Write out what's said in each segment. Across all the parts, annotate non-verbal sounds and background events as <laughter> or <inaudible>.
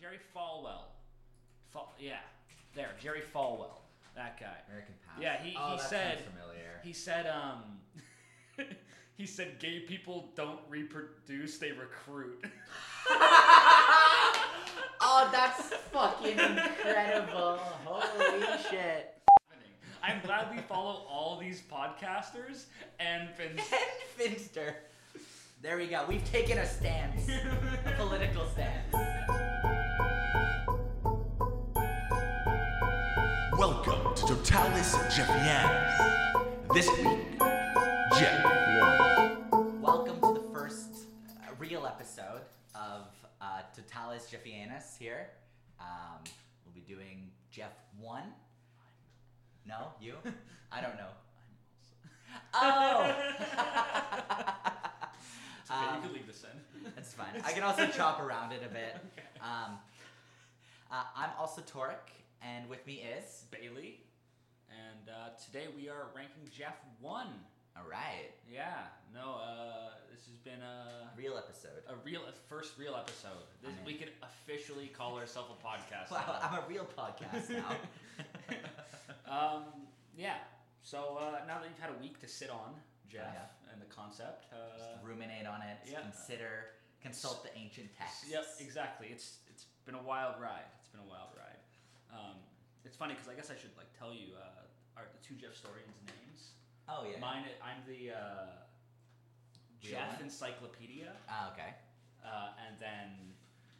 Jerry Falwell. Fal- yeah, there, Jerry Falwell, that guy. American Pie. Yeah, he- oh, he that sounds said- familiar. <laughs> He said, um, <laughs> he said, gay people don't reproduce; they recruit. <laughs> oh, that's fucking incredible! Holy <laughs> shit! I'm glad we follow all these podcasters and <laughs> been. And Finster. There we go. We've taken a stance, a political stance. Welcome to Totalis Jeffian. This week, Jeff won. Welcome to the first uh, real episode of uh, Totalis Jeffianus here. Um, we'll be doing Jeff 1. No, you? I don't know. Oh! <laughs> Okay, you um, can leave this in. that's fine. I can also chop around it a bit. Um, uh, I'm also Torek, and with me is. Bailey, and uh, today we are ranking Jeff one. All right, Yeah, no, uh, this has been uh, a real episode. a real a first real episode. This, I'm in. we could officially call ourselves a podcast. Wow, now. I'm a real podcast <laughs> now. um, yeah. So uh, now that you've had a week to sit on Jeff yeah. and the concept, Just uh, ruminate on it, yeah. consider, consult the ancient texts. yep, exactly. It's it's been a wild ride. It's been a wild ride. Um, it's funny because I guess I should like tell you uh, our the two Jeff Storians' names. Oh yeah. Mine, I'm the uh, Real Jeff one? Encyclopedia, Ah, okay. uh, and then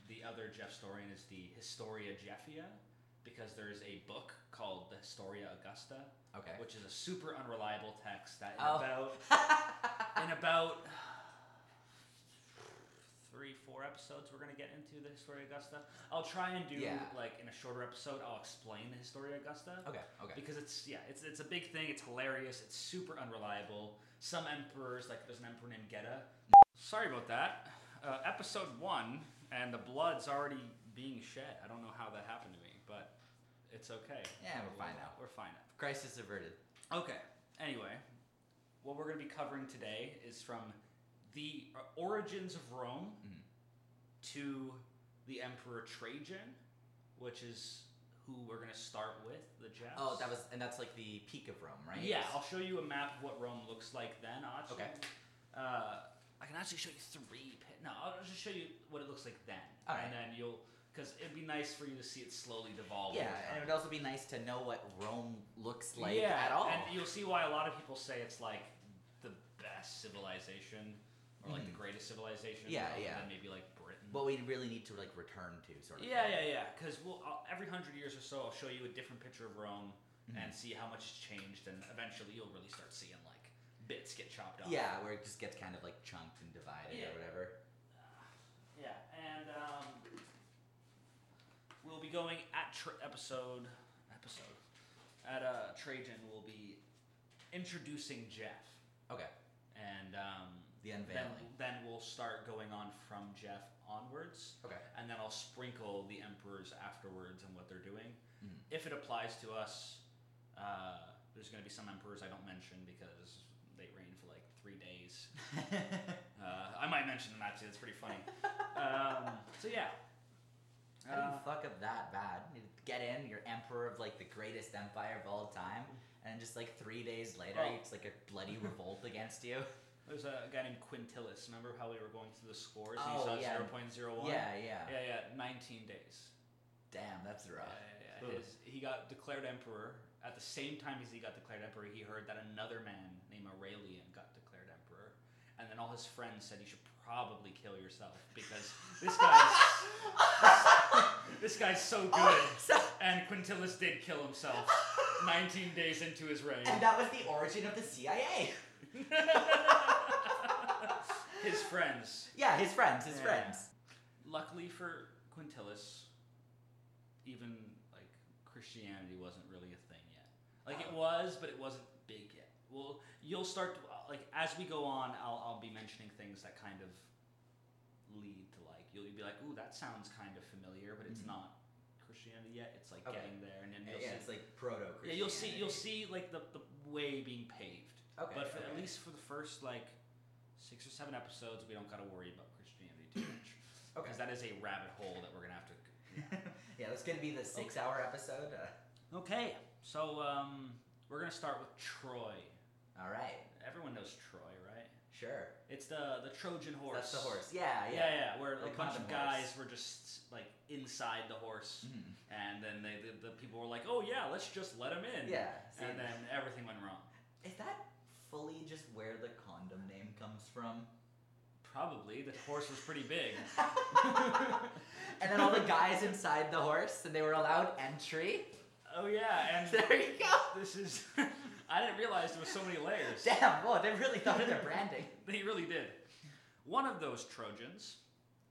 the other Jeff Storian is the Historia Jeffia, because there's a book called the Historia Augusta, Okay. which is a super unreliable text that in Oh. <laughs> about in about three four episodes we're gonna get into the Historia Augusta. I'll try and do Yeah. like in a shorter episode. I'll explain the Historia Augusta okay. Okay. because it's yeah, it's it's a big thing. It's hilarious. It's super unreliable. Some emperors, like there's an emperor named Geta. Sorry about that. Uh, episode one, and the blood's already being shed. I don't know how that happened to me, but it's okay. Yeah, we're fine now. We're fine now. Crisis averted. Okay. Anyway, what we're going to be covering today is from the uh, origins of Rome Mhm. to the Emperor Trajan, which is who we're going to start with. The Jeffs. Oh, that was, and that's like the peak of Rome, right? Yeah, I'll show you a map of what Rome looks like then. I'll actually, Okay. Uh, I can actually show you three. pi- No, I'll just show you what it looks like then, All and right. then you'll because it'd be nice for you to see it slowly devolve. Yeah, over time. and it would also be nice to know what Rome looks like yeah, at all. and you'll see why a lot of people say it's like the best civilization or like the greatest civilization. Yeah, other yeah. Than maybe like Britain. what we really need to like return to, sort of. yeah, thing. yeah, yeah. Because we'll I'll, every hundred years or so, I'll show you a different picture of Rome and see how much has changed, and eventually you'll really start seeing like bits get chopped off. Yeah, where it just gets kind of like chunked and divided Yeah. or whatever. Yeah, and um, we'll be going at tra- episode episode at uh, Trajan. We'll be introducing Jeff, Okay. and um, The then unveiling. then we'll start going on from Jeff onwards, Okay. and then I'll sprinkle the emperors afterwards and what they're doing. Mhm. If it applies to us, uh, there's going to be some emperors I don't mention because they reign for like three days. Uh, I might mention them actually. That's pretty <laughs> funny. um, so yeah. How do you Uh, fuck up that bad? You get in, you're emperor of like the greatest empire of all time, and just like three days later, Well- it's like <laughs> a bloody revolt against you. there's a guy named Quintilis. Remember how we were going through the scores? Oh, and you saw yeah. zero point zero one. Yeah, yeah. Yeah, yeah. Nineteen days. Damn, that's rough. Yeah, yeah, yeah. Ugh. His, he got declared emperor. At the same time as he got declared emperor, he heard that another man named Aurelian got declared emperor, and then all his friends said you should probably kill yourself because this guy's <laughs> <laughs> this guy's so good. Oh, so, And Quintilis did kill <laughs> himself 19 days into his reign. and that was the origin of the CIA. <laughs> his friends. Yeah, his friends, his Yeah. friends. Luckily for Quintilis, even like Christianity wasn't really a thing yet. Like Oh. it was, but it wasn't big yet. Well, you'll start to, like as we go on, I'll, I'll be mentioning things that kind of lead to like you'll, be like, ooh, that sounds kind of familiar, but it's Mhm. not Christianity yet. It's like Okay. getting there, and then Yeah, you'll yeah, see it's like proto. Yeah, you'll see. You'll see like the, the way being paved. Okay, But for, at okay. least for the first like six or <laughs> seven episodes, we don't got to worry about Christianity too much Okay. because that is a rabbit hole that we're gonna have to. gonna be Oh. the six-hour episode. Uh, Okay, so um, we're gonna start with Troy. all right, Everyone knows Troy, right? sure. It's the the Trojan horse. That's the horse. Yeah, Yeah, yeah. yeah. Where The a bunch of condom guys horse. were just like inside the <laughs> horse, Mhm. and then they the, the people were like, "Oh yeah, let's just let him in." Yeah, see, And then everything went wrong. is that fully just where the condom name comes <laughs> from? Probably the horse was pretty big. and then all the guys inside the horse, and they were allowed entry. Oh yeah, and There you go. this is. <laughs> I didn't realize there was so many layers. Damn, whoa, they really thought of their branding. They really did. One of those Trojans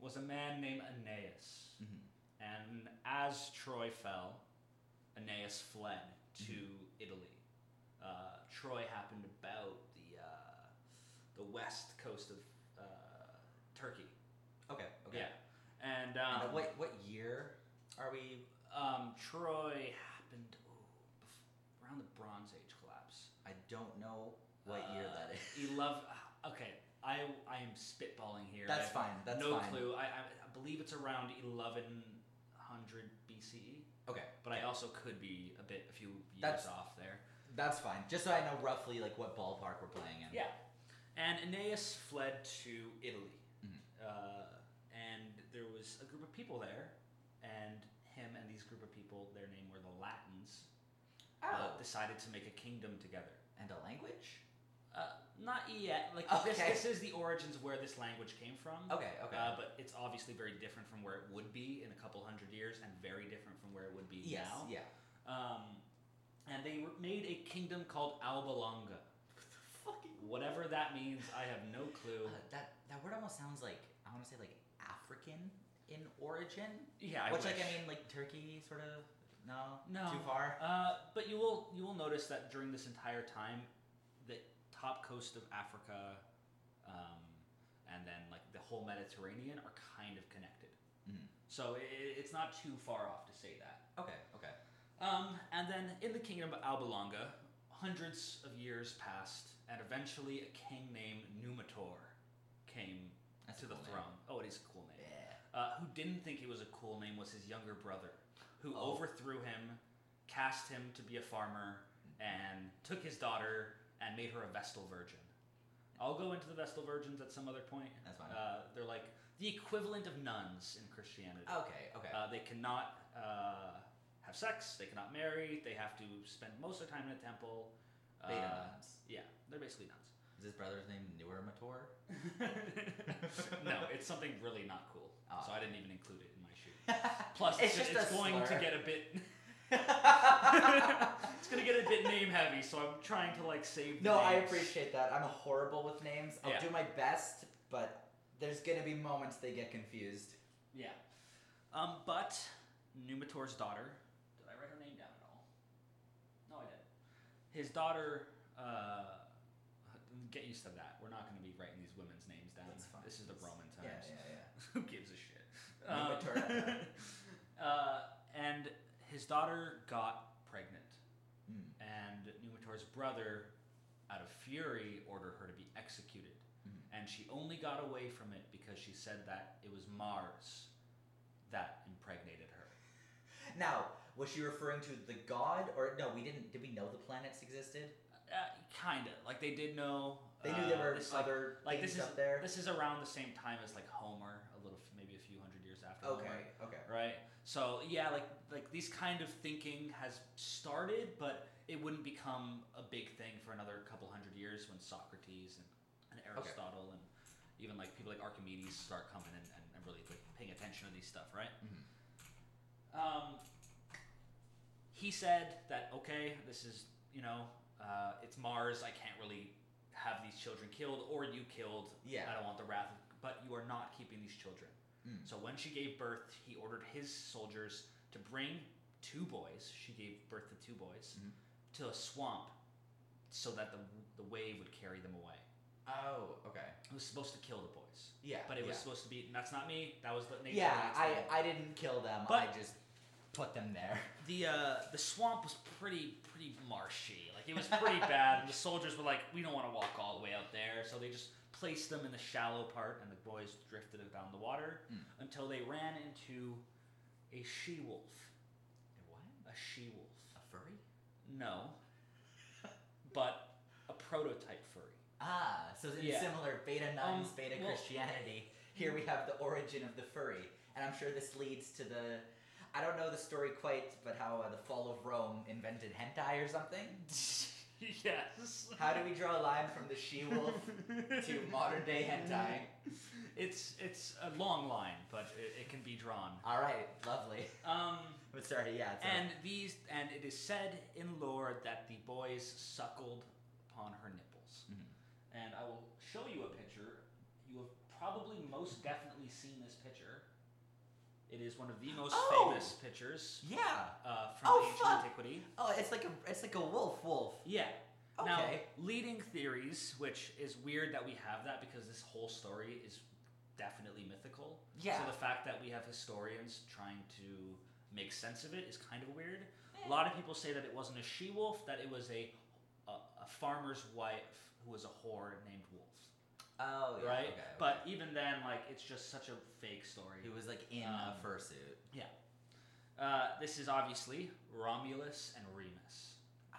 was a man named Aeneas. Mhm. And as Troy fell, Aeneas fled to Mm-hmm. Italy. Uh, Troy happened about the, uh, the west coast of uh, Turkey. Okay, okay. Yeah. And And, uh, um, what what year are we? um, Troy happened ooh, bef- around the Bronze Age collapse. I don't know what Uh, year that is. Eleven. uh, Okay, I I am spitballing here. I That's have fine. That's no fine. clue. I, I I believe it's around eleven hundred BCE, Okay, but I also could be a bit a few years That's- off there. that's fine. Just so I know roughly like what ballpark we're playing in. Yeah, and Aeneas fled to Italy, Mhm. uh, and there was a group of people there, and him and these group of people, their name were the Latins, Oh. uh, decided to make a kingdom together. and a language. Uh, not yet. Like this, Okay. this is the origins of where this language came from. Okay, okay. Uh, but it's obviously very different from where it would be in a couple hundred years, and very different from where it would be yes. now. Yeah. Um, and they re- made a kingdom called Alba Longa. Fucking. Whatever that means, I have no clue. Uh, that that word almost sounds like I want to say like African in origin, yeah, I which like wish. I mean like Turkey sort of. No. No. Too far. Uh, but you will you will notice that during this entire time, the top coast of Africa, um, and then like the whole Mediterranean are kind of connected. Mhm. So i it's not too far off to say that. Okay. Okay. Um, and then in the kingdom of Albalonga, hundreds of years passed, and eventually a king named Numitor came That's to a the cool name. throne. Oh, it is a cool name. Yeah. Uh, who didn't think it was a cool name was his younger brother, who Oh. overthrew him, cast him to be a farmer, Mm-hmm. and took his daughter and made her a Vestal Virgin. I'll go into the Vestal Virgins at some other point. That's fine. Uh, they're like the equivalent of nuns in Christianity. Okay. Okay. Uh, they cannot uh, have sex. They cannot marry. They have to spend most of their time in a temple. Uh, Beta nuns. Yeah, they're basically nuns. Is his brother's name Nuermator? <laughs> <laughs> no, it's something really not cool. Oh. So I didn't even include it in my shoot. Plus, it's, It's ju- just it's a going to slur. get a bit. <laughs> it's gonna get a bit name heavy, so I'm trying to like save. The <laughs> No, I names. appreciate that. I'm horrible with names. I'll Yeah. do my best, but there's gonna be moments they get confused. Yeah, um, but Numitor's daughter. Did I write her name down at all? No, I didn't. His daughter. Uh, get used to that. We're not gonna be writing these women's names down. That's fine. This is the Roman times. Yeah, yeah, <laughs> Who gives a shit? Numa Um, Turner. <laughs> uh, and his daughter got pregnant, yeah. and Numitor's brother, out of fury, ordered her to be executed. Mhm. And she only got away from it because she said that it was Mars that impregnated her. Now, was she referring to the god, or no? We didn't. Did we know the planets existed? Uh, kinda. Like, they did know. They knew there uh, were this, like, other like, things this is- up there. This is around the same time as, like, Homer, a little, maybe a few hundred years after okay. Homer. Okay. right so yeah like like these kind of thinking has started but it wouldn't become a big thing for another couple hundred years when socrates and, and aristotle and even like people like archimedes start coming and, and, and really like paying attention to these stuff right Mhm. um, he said that okay this is you know uh, it's mars i can't really have these children killed or you killed Yeah. i don't want the wrath of, but you are not keeping these children Mm. so when she gave birth, he ordered his soldiers to bring two boys. She gave birth to two boys Mhm. to a swamp, so that the the wave would carry them away. Oh. Okay. It was supposed to kill the boys, Yeah. but it was yeah. supposed to be. That's not me. That was the nature. Yeah, of I it. I didn't kill them. But- I just put them there. the uh, the swamp was pretty pretty marshy. Like it was <laughs> pretty bad. And the soldiers were like, we don't want to walk all the way out there, so they just placed them in the shallow part, and the boys drifted down the water Mm. until they ran into a she wolf. a she wolf. A furry? No, <laughs> but a prototype <laughs> furry. Ah, so in Yeah. similar beta nuns, Um, beta well- Christianity, here we have the origin of the furry. And I'm sure this leads to the. I don't know the story quite, but how uh, the fall of Rome invented hentai or something. yes. How do we draw a line from the she <laughs> wolf to modern day hentai? It's it's a long line, but it, it can be drawn. All right, lovely. <laughs> Um, But sorry, yeah. It's a- and these and it is said in lore that the boys suckled upon her nipples. Mhm. And I will show you a picture. You have probably most definitely seen this picture. It is one of the most Oh! famous pictures yeah. uh, from Oh, ancient fuck! antiquity. Oh, it's like a it's like a wolf wolf. Yeah. Okay. Now, leading theories, which is weird that we have that because this whole story is definitely mythical. yeah. So the fact that we have historians trying to make sense of it is kind of weird. A lot of people say that it wasn't a she wolf, that it was a, a, a farmer's wife who was a whore named Wolf. oh, yeah, right? okay, okay. But even then, like, it's just such a fake story. he was like in a Um, fursuit. Uh, this is obviously Romulus and Remus.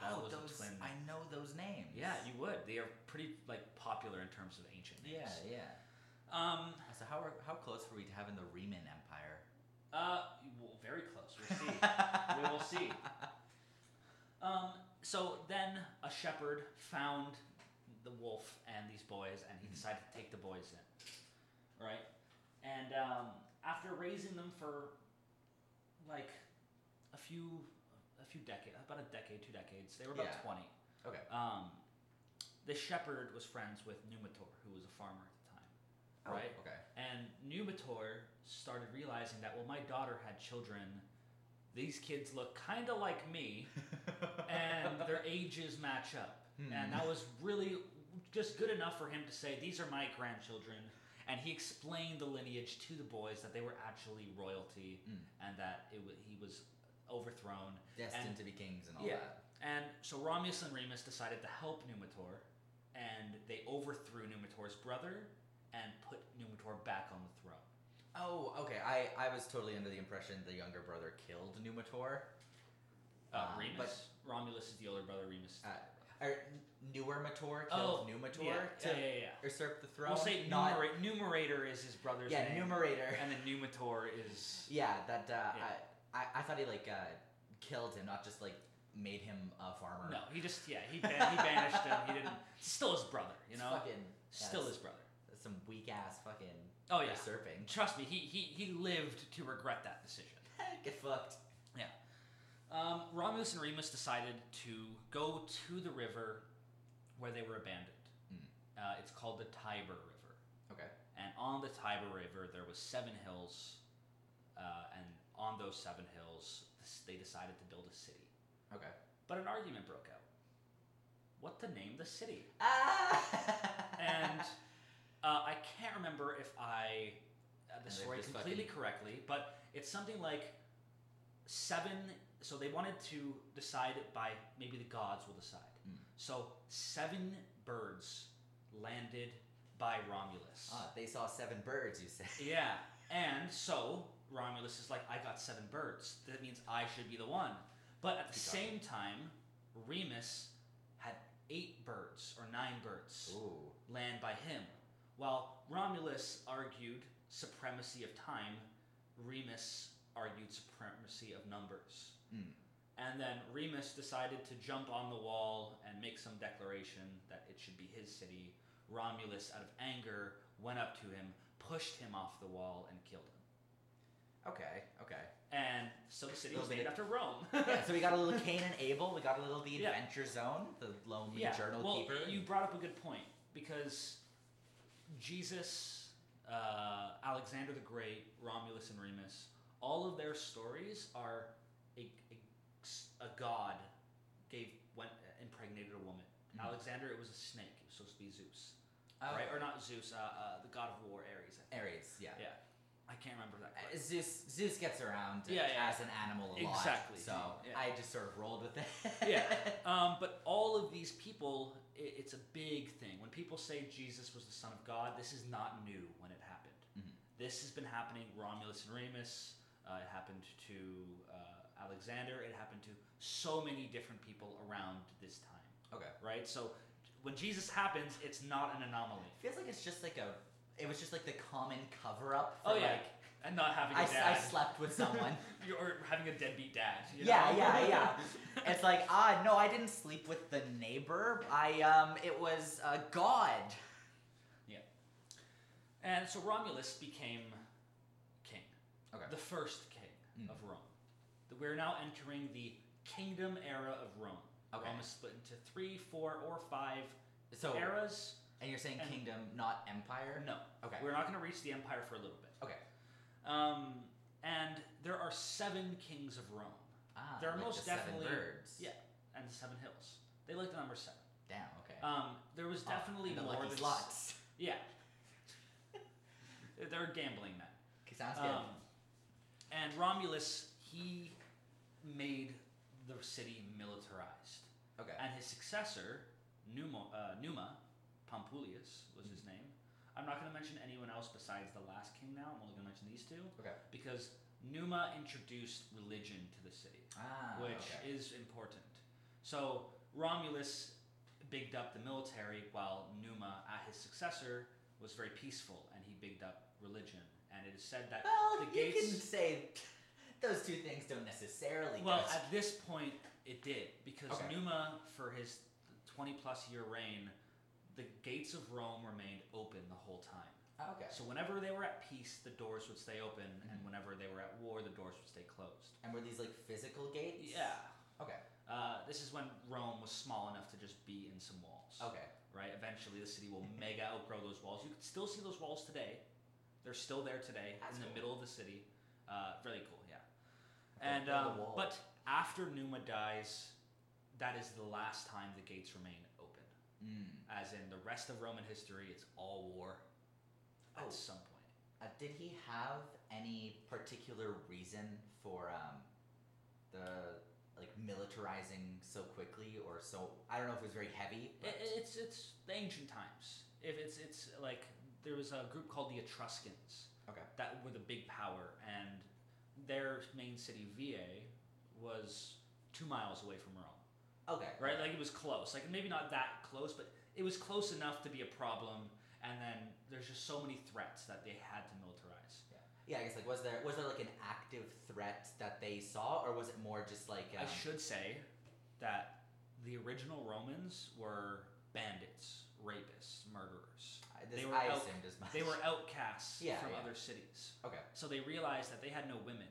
that Oh, was a those twin. I know those names. Yeah, you would. They are pretty like popular in terms of ancient names. Yeah, yeah. Um. So how are, how close were we to having the Riemann Empire? Uh. Well, very close. <laughs> We'll see. we will see. Um, so then a shepherd found the wolf and these boys, and he decided to take the boys in. Right? And um, after raising them for like a few, a few decades, about a decade, two decades, they were about Yeah. 20. Okay. Um, this shepherd was friends with Numitor, who was a farmer at the time. Right? Oh, okay. And Numitor started realizing that, well, my daughter had children. These kids look kind of like me, <laughs> and their ages match up. And that was really just good enough for him to say, these are my grandchildren. And he explained the lineage to the boys that they were actually royalty Mm. and that it wa he was overthrown. destined and- to be kings and all Yeah. that. And so Romulus and Remus decided to help Numitor, and they overthrew Numitor's brother and put Numitor back on the throne. Oh, okay. I, I was totally under the impression the younger brother killed Numitor. Uh, Um, Remus. but- Romulus is the older brother. Remus. Is the Uh, younger brother. Or Nuermator Oh, killed Numitor yeah, to yeah, yeah, yeah. usurp the throne. We'll say not, numera- numerator is his brother's Yeah, name, numerator. and then numitor is Yeah, that uh, Yeah. I, I I thought he like uh, killed him, not just like made him a farmer. no. He just yeah he ban- he banished him. He didn't. <laughs> Still his brother, you It's know. fucking Still that's- his brother. that's some weak ass fucking Oh yeah. <laughs> usurping. <laughs> Trust me, he he he lived to regret that decision. Get fucked. <laughs> Um, Romulus and Remus decided to go to the river where they were abandoned. Mm. Uh, it's called the Tiber River. Okay. and on the Tiber River there was seven hills, uh, and on those seven hills s- they decided to build a city. Okay. But an argument broke out. What to name the city? Ah. <laughs> And uh, I can't remember if I uh, the And they've story just completely fucking- correctly, but it's something like seven. So they wanted to decide by maybe the gods will decide. Mm. So seven birds landed by Romulus. Ah, they saw seven birds. You said. Yeah, and so Romulus is like, I got seven birds. That means I should be the one. But at the He got same time, Remus had eight birds or nine birds <laughs> Ooh. land by him, while Romulus argued supremacy of time. Remus argued supremacy of numbers. Mm. And then Remus decided to jump on the wall and make some declaration that it should be his city. Romulus, out of anger, went up to him, pushed him off the wall, and killed him. <laughs> Okay. Okay. And so the city was Little named bit- after Rome. Yeah, so we got a <laughs> little Cain and Abel. We got a little the Yeah. Adventure Zone, the lonely yeah. journal well, keeper. you brought up a good point because Jesus, uh, Alexander the Great, Romulus, and Remus, all of their stories are a, a, a god gave went uh, impregnated a woman. Mhm. Alexander, it was a snake. It was supposed to be Zeus, Oh, right? Or not Zeus? Uh, uh, the god of war, Ares. I think. Aries. Yeah. Yeah, I can't remember that. Uh, Correctly. Zeus Zeus gets around Yeah, yeah, as an animal a lot. Exactly. So Yeah. I just sort of rolled with it. <laughs> Yeah. Um, but all of these people, i it's a big thing. When people say Jesus was the Son of God, this is not new when it happened. Mhm. This has been happening. Romulus and Remus. Uh, it happened to uh, Alexander. It happened to so many different people around this time, Okay. right? So when Jesus happens, it's not an anomaly. Feels like it's just like a. It was just like the common cover up. For Oh, yeah. Like, And not having a I, s- I dad. slept with <laughs> someone. You're- or having a deadbeat dad. you Yeah, know? yeah, <laughs> yeah. it's like ah no, I didn't sleep with the neighbor. I um, it was uh, God. and so Romulus became king, Okay. the first king Mm. of Rome. Th- We're now entering the kingdom era of Rome. Okay. Rome is split into three, four, or five So eras. and you're saying and- kingdom, not empire. No, Okay. we're not going to reach the empire for a little bit. Okay. Um, and there are seven kings of Rome Ah, They're like the most seven definitely- birds. yeah. and seven hills. They like the number seven. Damn. Okay. Um, there was Oh, definitely and the more lucky than slots. Yeah. They're gambling men. <laughs> Okay, sounds good. Um, and Romulus, he made the city militarized. okay. And his successor, Numa, uh, Numa Pompilius was Mm-hmm. his name. I'm not going to mention anyone else besides the last king now. I'm only going to mention these two Okay. because Numa introduced religion to the city Ah. which okay. is important. So Romulus bigged up the military, while Numa, at his successor, was very peaceful, and he bigged up religion. And it is said that Well, the you gates. can say <laughs> those two things don't necessarily. well, go at this point, it did because Okay. Numa, for his twenty-plus year reign, the gates of Rome remained open the whole time. okay. Mm-hmm. So whenever they were at peace, the doors would stay open, and whenever they were at war, the doors would stay closed. And were these like physical gates? Yeah. Okay. Uh, this is when Rome was small enough to just be in some walls. Okay. Right? Eventually, the city will mega outgrow those walls. You can still see those walls today. They're still there today That's in the cool. middle of the city. Uh, really cool, yeah. Okay, And build a um, wall. but after Numa dies, that is the last time the gates remain open. Mm. As in the rest of Roman history, it's all war. At Oh. some point, Uh, did he have any particular reason for um, the like militarizing so quickly or so? I don't know if it was very heavy. I- But, i- it's it's the ancient times. If it's it's like there was a group called the Etruscans. okay. that were the big power, and their main city, VA, was two miles away from Rome. Okay. Right? Like it was close. Like maybe not that close, but it was close enough to be a problem. And then there's just so many threats that they had to militarize. Yeah, I guess like was there was there like an active threat that they saw, or was it more just like I um, should say that the original Romans were bandits, rapists, murderers. I- this, they were I out- assumed as much. They <laughs> were outcasts Yeah, from yeah. other cities. okay. So they realized that they had no women,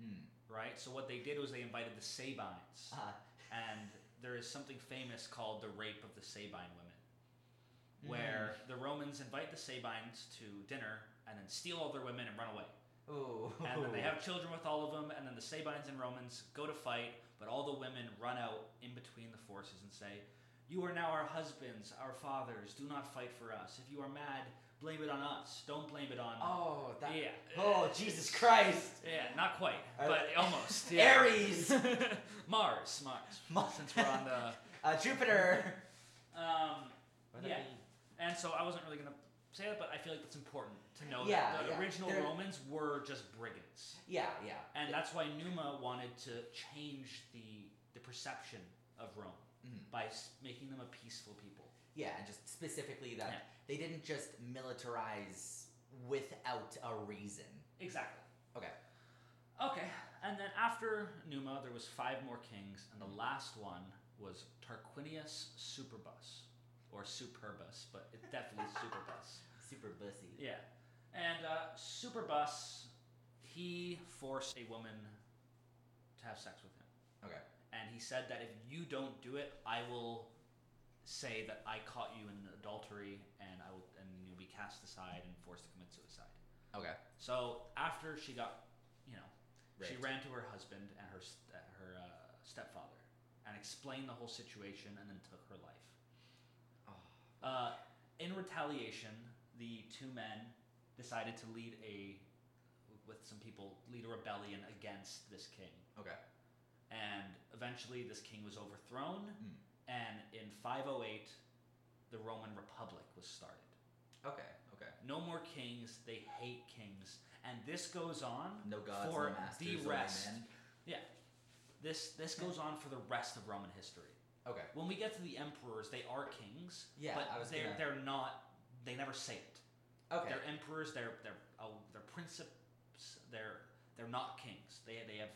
Mm. right? So what they did was they invited the Sabines. Uh, and there is something famous called the rape of the Sabine women, Mm. where the Romans invite the Sabines to dinner and then steal all their women and run away. <laughs> ooh. And then they Oh. have children with all of them, and then the Sabines and Romans go to fight, but all the women run out in between the forces and say, You are now our husbands, our fathers, do not fight for us. If you are mad, blame it on us. Don't blame it on Oh, that. <laughs> Yeah. Oh, Jesus Christ. Uh, Yeah, not quite, Are- but <laughs> almost. yeah. Aries, <laughs> Mars, Mars. Mars. Since we're on the uh, Jupiter. <laughs> <laughs> um, What are Yeah. we- And so I wasn't really gonna say that, but I feel like that's important to know Yeah, that the yeah. original They're- Romans were just brigands, Yeah, yeah. and that's why Numa wanted to change the the perception of Rome Mhm. by s- making them a peaceful people. Yeah, and just specifically that Yeah. they didn't just militarize without a reason. Exactly. Okay. Okay. And then after Numa, there was five more kings, and the last one was Tarquinius Superbus, or Superbus, but it's <laughs> definitely Superbus. Super bussy. Yeah. And uh, Superbus, he forced a woman to have sex with him. Okay. And he said that if you don't do it, I will say that I caught you in adultery and I will and you'll be cast aside and forced to commit suicide. Okay. So after she got, you know, she Raped. ran to her husband and her st- uh, her uh, stepfather and explained the whole situation and then took her life. Ah. Uh, in retaliation, the two men decided to lead a, with some people, lead a rebellion against this king. Okay. And eventually, this king was overthrown, Mm. and in 508, the Roman Republic was started. Okay. Okay. No more kings, they hate kings. And this goes on No gods, for no masters, the only rest. men. Yeah. This this goes on for the rest of Roman history. Okay. When we get to the emperors, they are kings. Yeah, but I was they're gonna- they're not. They never say it. Okay. They're emperors. They're they're uh, they're princeps. They're they're not kings. They they have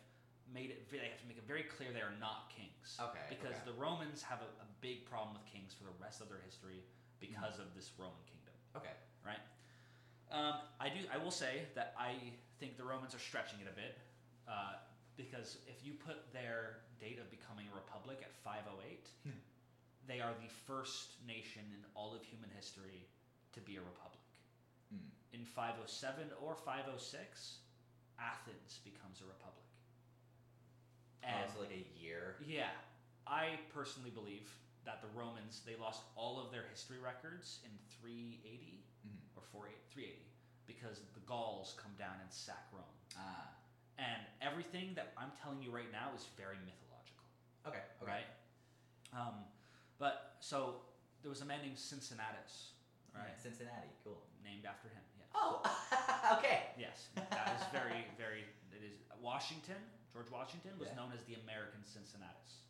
made it. They have to make it very clear they are not kings. Okay, Oh, Because okay. the Romans have a, a big problem with kings for the rest of their history because of this Roman kingdom, Okay. right? Um, I do. I will say that I think the Romans are stretching it a bit uh, because if you put their date of becoming a republic at 508, Hmm. they are the first nation in all of human history to be a republic. Mm. In 507 or 506, Athens becomes a republic. Oh, And so like a year. yeah, I personally believe that the Romans they lost all of their history records in 380 Mhm. or 480, 380 because the Gauls come down and sack Rome. Ah. And everything that I'm telling you right now is very mythological, Okay. Okay. right? Um, but so there was a man named Cincinnatus, right? Yeah, Cincinnati. Cool. Named after him. Yes. Oh. <laughs> okay. Yes, that is very, very. It is Washington. George Washington was Yeah. known as the American Cincinnatus.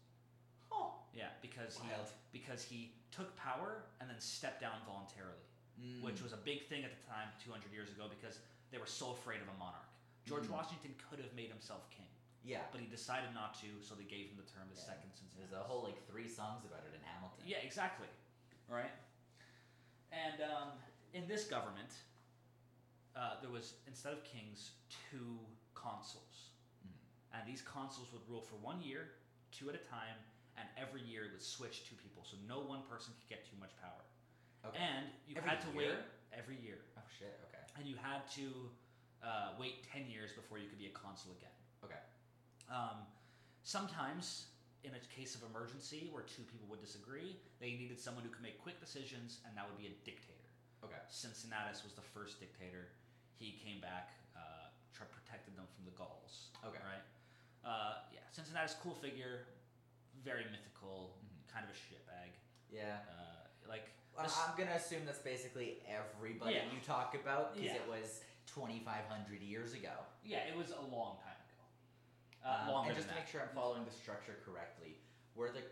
Oh. Yeah, because he Wild. because he took power and then stepped down voluntarily, Mm, which was a big thing at the time, 200 years ago, because they were so afraid of a monarch. George Mm. Washington could have made himself king, yeah. but he decided not to, so they gave him the term the Yeah. second Cincinnatus. There's a whole like three songs about it in Hamilton. Yeah, exactly. Right? And um, in this government, uh, there was, instead of kings, two consuls. Mhm. And these consuls would rule for one year, two at a time, and every year it would switch two people. So no one person could get too much power. Okay. And you Every had to wait year? every year. oh shit. Okay. And you had to uh, wait 10 years before you could be a consul again. Okay. Um, sometimes, in a case of emergency where two people would disagree, they needed someone who could make quick decisions, and that would be a dictator. Okay. Cincinnatus was the first dictator. He came back, uh, tr- protected them from the Gauls. Okay. Right? Uh, yeah, Cincinnatus, cool figure, very mythical, kind of a shitbag. Mm-hmm. Yeah. Uh, like, Well, this- I'm gonna assume that's basically everybody Yeah. you talk about because Yeah. it was 2,500 years ago. yeah, it was a long time ago. Um, Uh, longer and just than to make sure I'm following the structure correctly, were the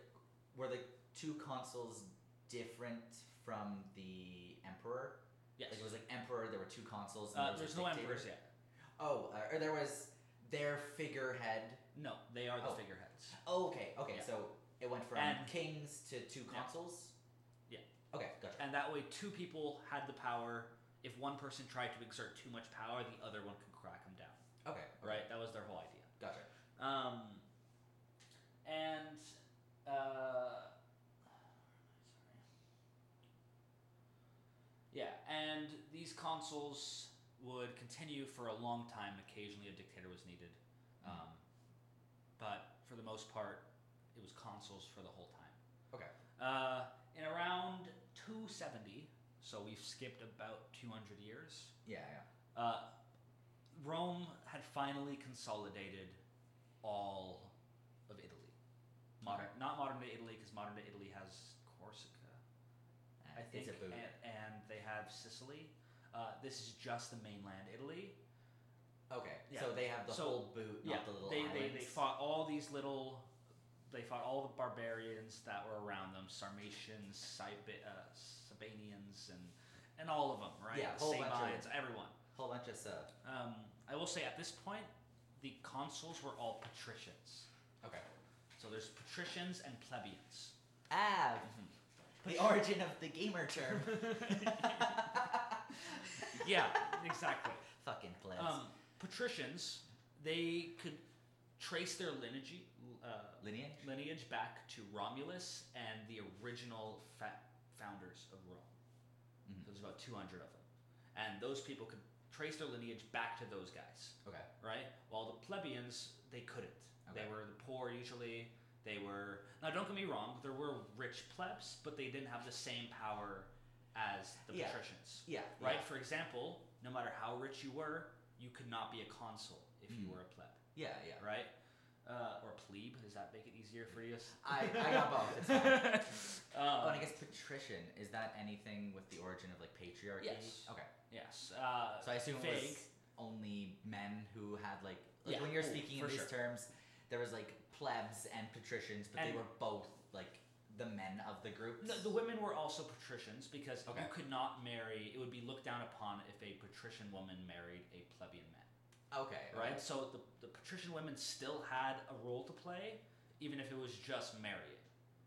were the two consuls different from the emperor? that. Like Yes. it was like emperor, there were two consuls. And Uh, there was there's a no dictator. emperors yet. Oh, uh, or there was their figurehead. No, they are the Oh. figureheads. Oh, okay, okay. Yeah. So it went from And- kings to two Yeah. consuls. Yeah. Okay, gotcha. and that way two people had the power if one person tried to exert too much power the other one could crack them down Okay, okay, right that was their whole idea Gotcha. um, and uh, sorry. yeah and these consuls would continue for a long time occasionally a dictator was needed um, but for the most part it was consuls for the whole time Okay. uh, in around 270 so we've skipped about 200 years Yeah, uh, Rome had finally consolidated all of Italy. Modern, not modern day Italy, because modern day Italy has Corsica, yeah. I think, it's a boot. and, and they have Sicily. Uh, this is just the mainland Italy. Okay, Yeah. so they have the So- whole boot, not the little they, islands. they they fought all these little. They fought all the barbarians that were around them: Sarmatians, Sib- uh, Sabanians, and and all of them, right? Yeah, the whole bunch of Sabines, everyone. Whole bunch of stuff. Um, I will say at this point, the consuls were all patricians. Okay. So there's patricians and plebeians. <laughs> Ah, Mm-hmm. the origin of the <laughs> gamer term. yeah, exactly. Fucking plebs. Um, patricians, they could trace their lineage, uh, Lineage. lineage back to Romulus and the original fa- founders of Rome. Mhm. So there's about 200 of them. And those people could trace their lineage back to those guys. Okay. right? While the plebeians, they couldn't. Okay. They were the poor usually. They were now. Don't get me wrong. There were rich plebs, but they didn't have the same power as the Yeah. patricians, Yeah. right? For example, no matter how rich you were, you could not be a consul if you Mm. were a pleb, Yeah. Yeah. right? Uh, or plebe? Does that make it easier for <laughs> you? I, I got both. It's fine. <laughs> Um, Oh, and I guess patrician is that anything with the origin of like patriarchy? Yes. Okay. yes. Uh, So I assume it was Vague. only men who had like, like Yeah. when you're Oh, speaking in for these sure. terms, there was like plebs and patricians, but they And- were both like the men of the group. No, the women were also patricians because Okay. you could not marry. It would be looked down upon if a patrician woman married a plebeian man. okay, Right. So the, the patrician women still had a role to play, even if it was just marrying.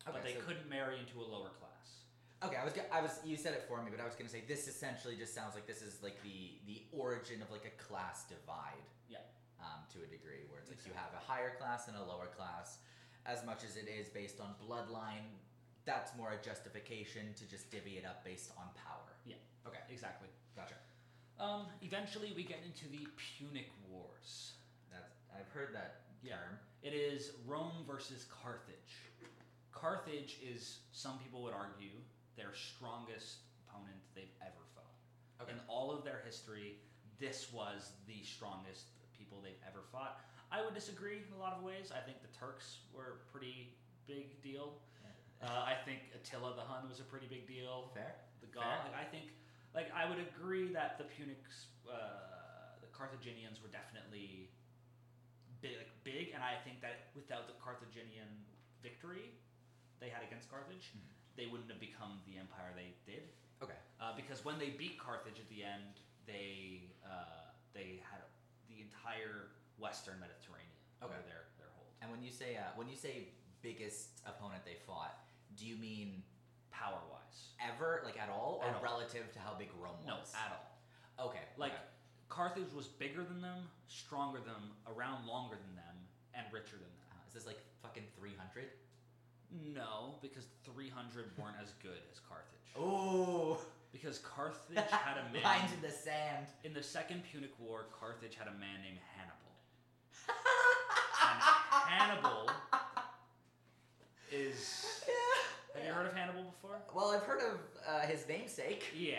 Okay, but they so- couldn't marry into a lower class. Okay, I was, go- I was, you said it for me, but I was gonna say this essentially just sounds like this is like the the origin of like a class divide. Yeah. Um, to a degree, where it's like you have a higher class and a lower class, as much as it is based on bloodline, that's more a justification to just divvy it up based on power. Yeah. Okay, Exactly. gotcha. Um, eventually, we get into the Punic Wars. That's I've heard that Yeah. term. It is Rome versus Carthage. Carthage is, some people would argue, their strongest opponent they've ever fought. Okay. In all of their history, this was the strongest people they've ever fought. I would disagree in a lot of ways. I think the Turks were a pretty big deal. Uh, I think Attila the Hun was a pretty big deal Fair. the Fair. god. Like, I think, like I would agree that the Punics, uh, the Carthaginians were definitely big, like, big, and I think that without the Carthaginian victory they had against Carthage, they wouldn't have become the empire they did. Hmm. Okay. Uh, because when they beat Carthage at the end, they uh, they had the entire Western Mediterranean Okay. under their their hold. And when you say uh, when you say biggest opponent they fought, do you mean Power wise, ever, like at all, or At all. relative to how big Rome no, was? at all. Okay. Like okay. Carthage was bigger than them, stronger than them, around longer than them, and richer than them. Uh, is this like fucking 300? No, because 300 weren't as good as Carthage. <laughs> Ooh! Because Carthage had <laughs> a man Lines in the sand. <laughs> in the Second Punic War. Carthage had a man named Hannibal, and Hannibal is. Have you heard of Hannibal before? Well, I've heard of uh, his namesake. Yeah,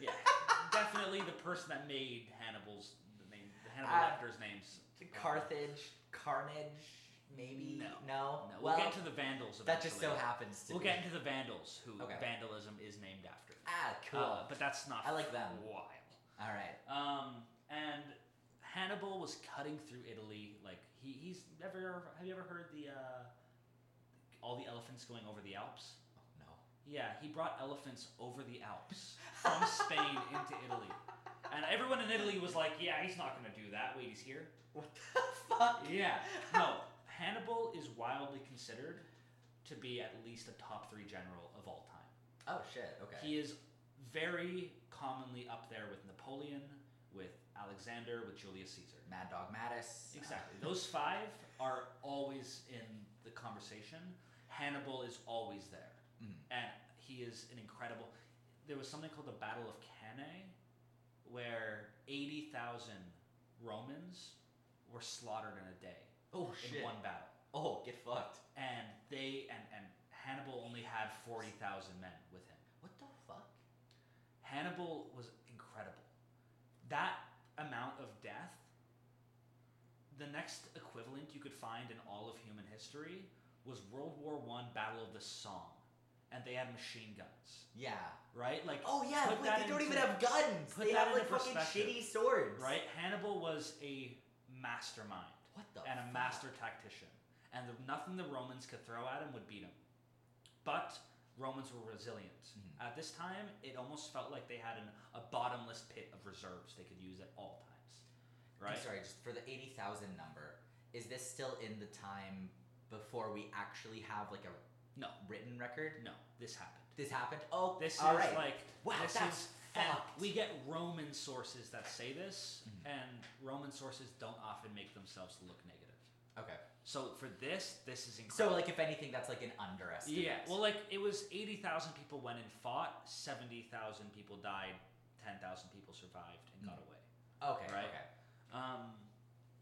yeah, definitely the person that made Hannibal's the name, the Hannibal Uh, Lecter's names. Carthage, Carnage, maybe? No. No? No, we'll well, get to the Vandals. Eventually. that just so happens to We'll be. get into the Vandals, who Okay. vandalism is named after. ah, cool. Uh, but that's not. I like them. for a While. Alright. Um, and Hannibal was cutting through Italy. Like he, he's never. Have you ever heard the uh, all the elephants going over the Alps? Oh, No. Yeah, he brought elephants over the Alps <laughs> from Spain into Italy. And everyone in Italy was like, "Yeah, he's not going to do that. Wait, he's here." What the fuck? Yeah, no. Hannibal is wildly considered to be at least a top three general of all time. Oh, shit. Okay. He is very commonly up there with Napoleon, with Alexander, with Julius Caesar. Mad Dog Mattis. Exactly. Those five are always in the conversation. Hannibal is always there. Mhm. And he is an incredible. There was something called the Battle of Cannae where 80,000 Romans were slaughtered in a day <laughs> Oh, in shit. one battle. Oh, get fucked. And they and, and Hannibal only had 40,000 men with him. What the fuck? Hannibal was incredible. That amount of death, the next equivalent you could find in all of human history was World War One Battle of the Somme, and they had machine guns, Yeah. right? Like Oh, yeah. Put Wait, that they don't even into- have guns. put they that have like into fucking perspective. shitty swords. right. Hannibal was a mastermind What the and fuck? a master tactician, and the, nothing the Romans could throw at him would beat him. But Romans were resilient. Mm-hmm. At this time, it almost felt like they had an, a bottomless pit of reserves they could use at all times. Right? I'm sorry, just for the 80,000 number, is this still in the time before we actually have like a No, written record? no, this happened. This happened? Oh, This all is right. like Wow, this that's is- and fucked. Mm-hmm. we get Roman sources that say this, and Roman sources don't often make themselves look negative. Okay. So for this, this is So, incredible. like, if anything, that's like an underestimate. Yeah, well, like it was eighty thousand people went and fought, seventy thousand people died, ten thousand people survived and Mm. got away. okay, right. okay. Um,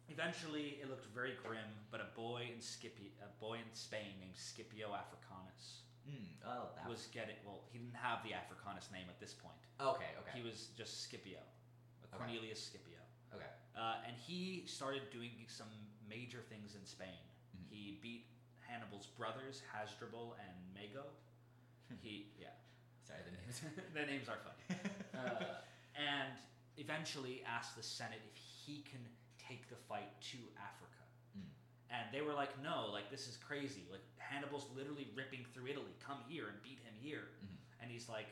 eventually, it looked very grim, but a boy in Scipio, a boy in Spain named Scipio Africanus Mm, well, that was getting. Well, he didn't have the Africanus name at this point. Okay, okay. He was just Scipio, Okay. Cornelius Scipio. okay. Uh, and he started doing some major things in Spain. Mm-hmm. He beat Hannibal's brothers, Hasdrubal and Mago. Hmm. He, yeah. Sorry, the names. <laughs> Their names are funny. <laughs> Uh, and eventually asked the Senate if he can take the fight to Africa. Mm. And they were like, no, like this is crazy. Like Hannibal's literally ripping through Italy. Come here and beat him here. Mhm. And he's like,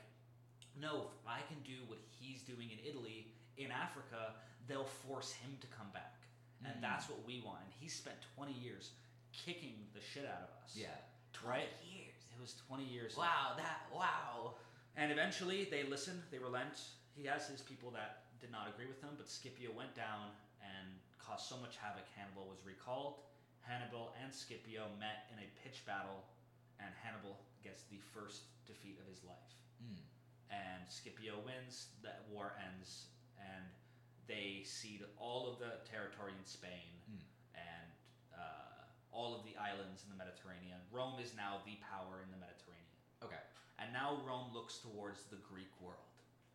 no, if I can do what he's doing in Italy, in Africa, they'll force him to come back. And Mm. that's what we want. And he spent 20 years kicking the shit out of us. <laughs> Yeah. 20 right? years. It was 20 years. of Wow. That. Wow. and eventually, they listened, they relent. He has his people that did not agree with him, but Scipio went down and caused so much havoc, Hannibal was recalled. Hannibal and Scipio met in a pitched battle, and Hannibal gets the first defeat of his life. Mm. And Scipio wins, that war ends, and they cede all of the territory in Spain Mm. and uh, all of the islands in the Mediterranean. Rome is now the power in the Mediterranean Okay. and now Rome looks towards the Greek world.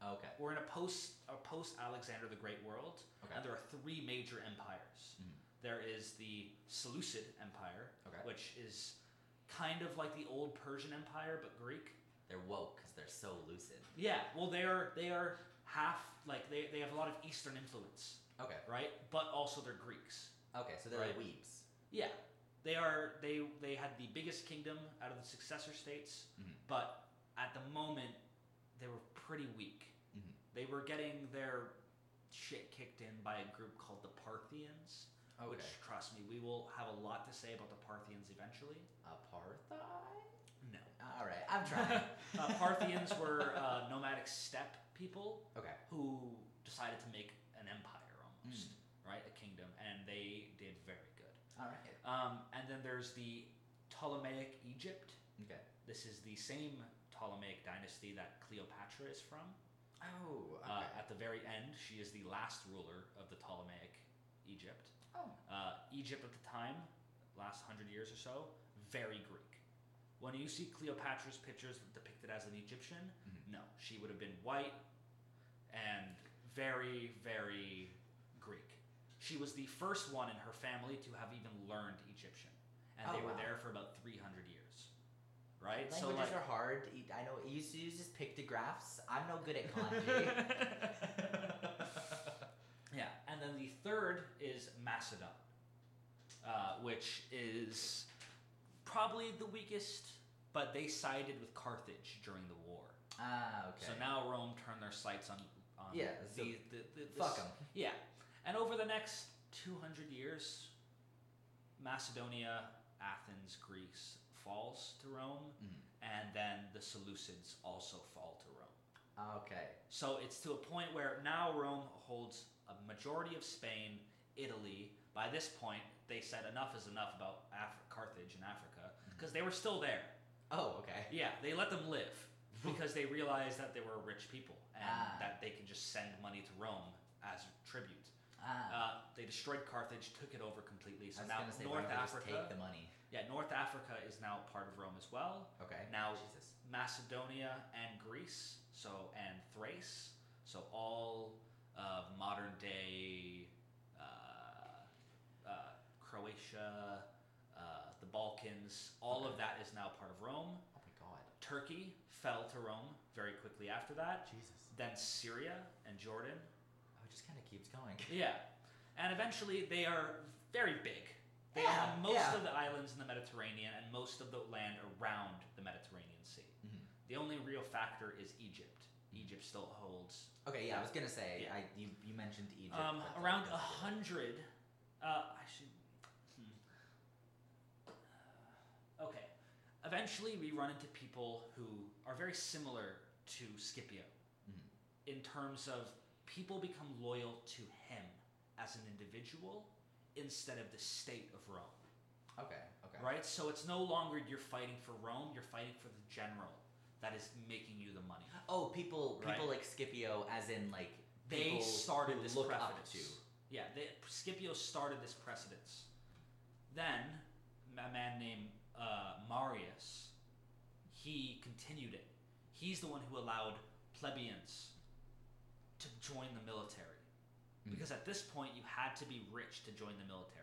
Okay. We're in a post a post Alexander the Great world, Okay. and there are three major empires. Mhm. There is the Seleucid Empire, Okay. which is kind of like the old Persian Empire but Greek. They're woke because they're so lucid. Yeah, well they are they are half like they, they have a lot of Eastern influence, Okay. right? But also they're Greeks. Okay. So they're Right. like weebs. Yeah, they are. They they had the biggest kingdom out of the successor states, Mhm. but at the moment they were pretty weak. Mhm. They were getting their shit kicked in by a group called the Parthians. Okay. Which, trust me, we will have a lot to say about the Parthians eventually. Apartheid. No, All right. I'm trying. <laughs> uh, Parthians were uh, nomadic steppe people Okay. who decided to make an empire almost, right, a kingdom, and they did very good. <laughs> All right. Um, and then there's the Ptolemaic Egypt. Okay. This is the same Ptolemaic dynasty that Cleopatra is from. Oh. Uh, Okay. at the very end, she is the last ruler of the Ptolemaic Egypt. oh. Uh, Egypt at the time, last hundred years or so, very Greek. When you see Cleopatra's pictures depicted as an Egyptian, Mhm. no, she would have been white and very, very Greek. She was the first one in her family to have even learned Egyptian, and Oh, they were wow. there for about three hundred years, right? Languages are hard. to eat- I know. You used to use just pictographs. I'm no good <laughs> at kanji. <laughs> yeah, and then the third is Macedon, uh, which is probably the weakest, but they sided with Carthage during the war. ah. Okay. So now Rome turned their sights on, on Yeah, the, so the, the, this- Fuck them. Yeah, and over the next 200 years, Macedonia, Athens, Greece falls to Rome, Mhm. and then the Seleucids also fall to Rome. Okay. So it's to a point where now Rome holds a majority of Spain, Italy. By this point, they said enough is enough about Af- Carthage and Africa Mm-hmm. because they were still there. Oh. Okay. Yeah, they let them <laughs> live because they realized that they were rich people and Ah. that they could just send money to Rome as tribute. Ah. Uh, they destroyed Carthage, took it over completely. So I was now gonna say, why North don't they just take Africa, the money. yeah, North Africa is now part of Rome as well. Okay. Now Jesus. Macedonia and Greece, so and Thrace, so all of modern day uh, uh, Croatia, uh, the Balkans, all of that is now part of Rome. Oh my God. Turkey fell to Rome very quickly after that. Jesus. Then Syria and Jordan. Oh, it just kind of keeps going. <laughs> Yeah, and eventually they are very big. They Yeah, have most yeah. of the islands in the Mediterranean and most of the land around the Mediterranean Sea. Mhm. The only real factor is Egypt. Egypt still holds Okay. Yeah. I was gonna say. Yeah. I you, you mentioned Egypt. um, but, like, around that's a good. hundred. Uh, I should. Hmm. Okay. Eventually, we run into people who are very similar to Scipio Mhm. in terms of people become loyal to him as an individual instead of the state of Rome. Okay. Okay. Right? So it's no longer you're fighting for Rome, you're fighting for the general that is making you the money. Oh, people. Right. People like Scipio, as in like they people started who this look precedence. up to. Yeah, they, Scipio started this precedence. Then a man named uh, Marius, he continued it. He's the one who allowed plebeians to join the military. Mm. Because at this point, you had to be rich to join the military.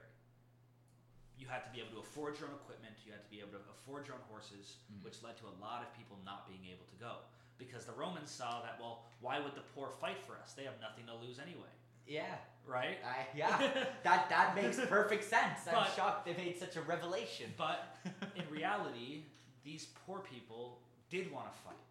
You had to be able to afford your own equipment, you had to be able to afford your own horses, Mm. which led to a lot of people not being able to go. Because the Romans saw that, well, why would the poor fight for us? They have nothing to lose anyway. <laughs> Yeah. right? I, yeah, that that makes perfect sense. I'm But- shocked they made such a revelation. <laughs> But <laughs> in reality, these poor people did want to fight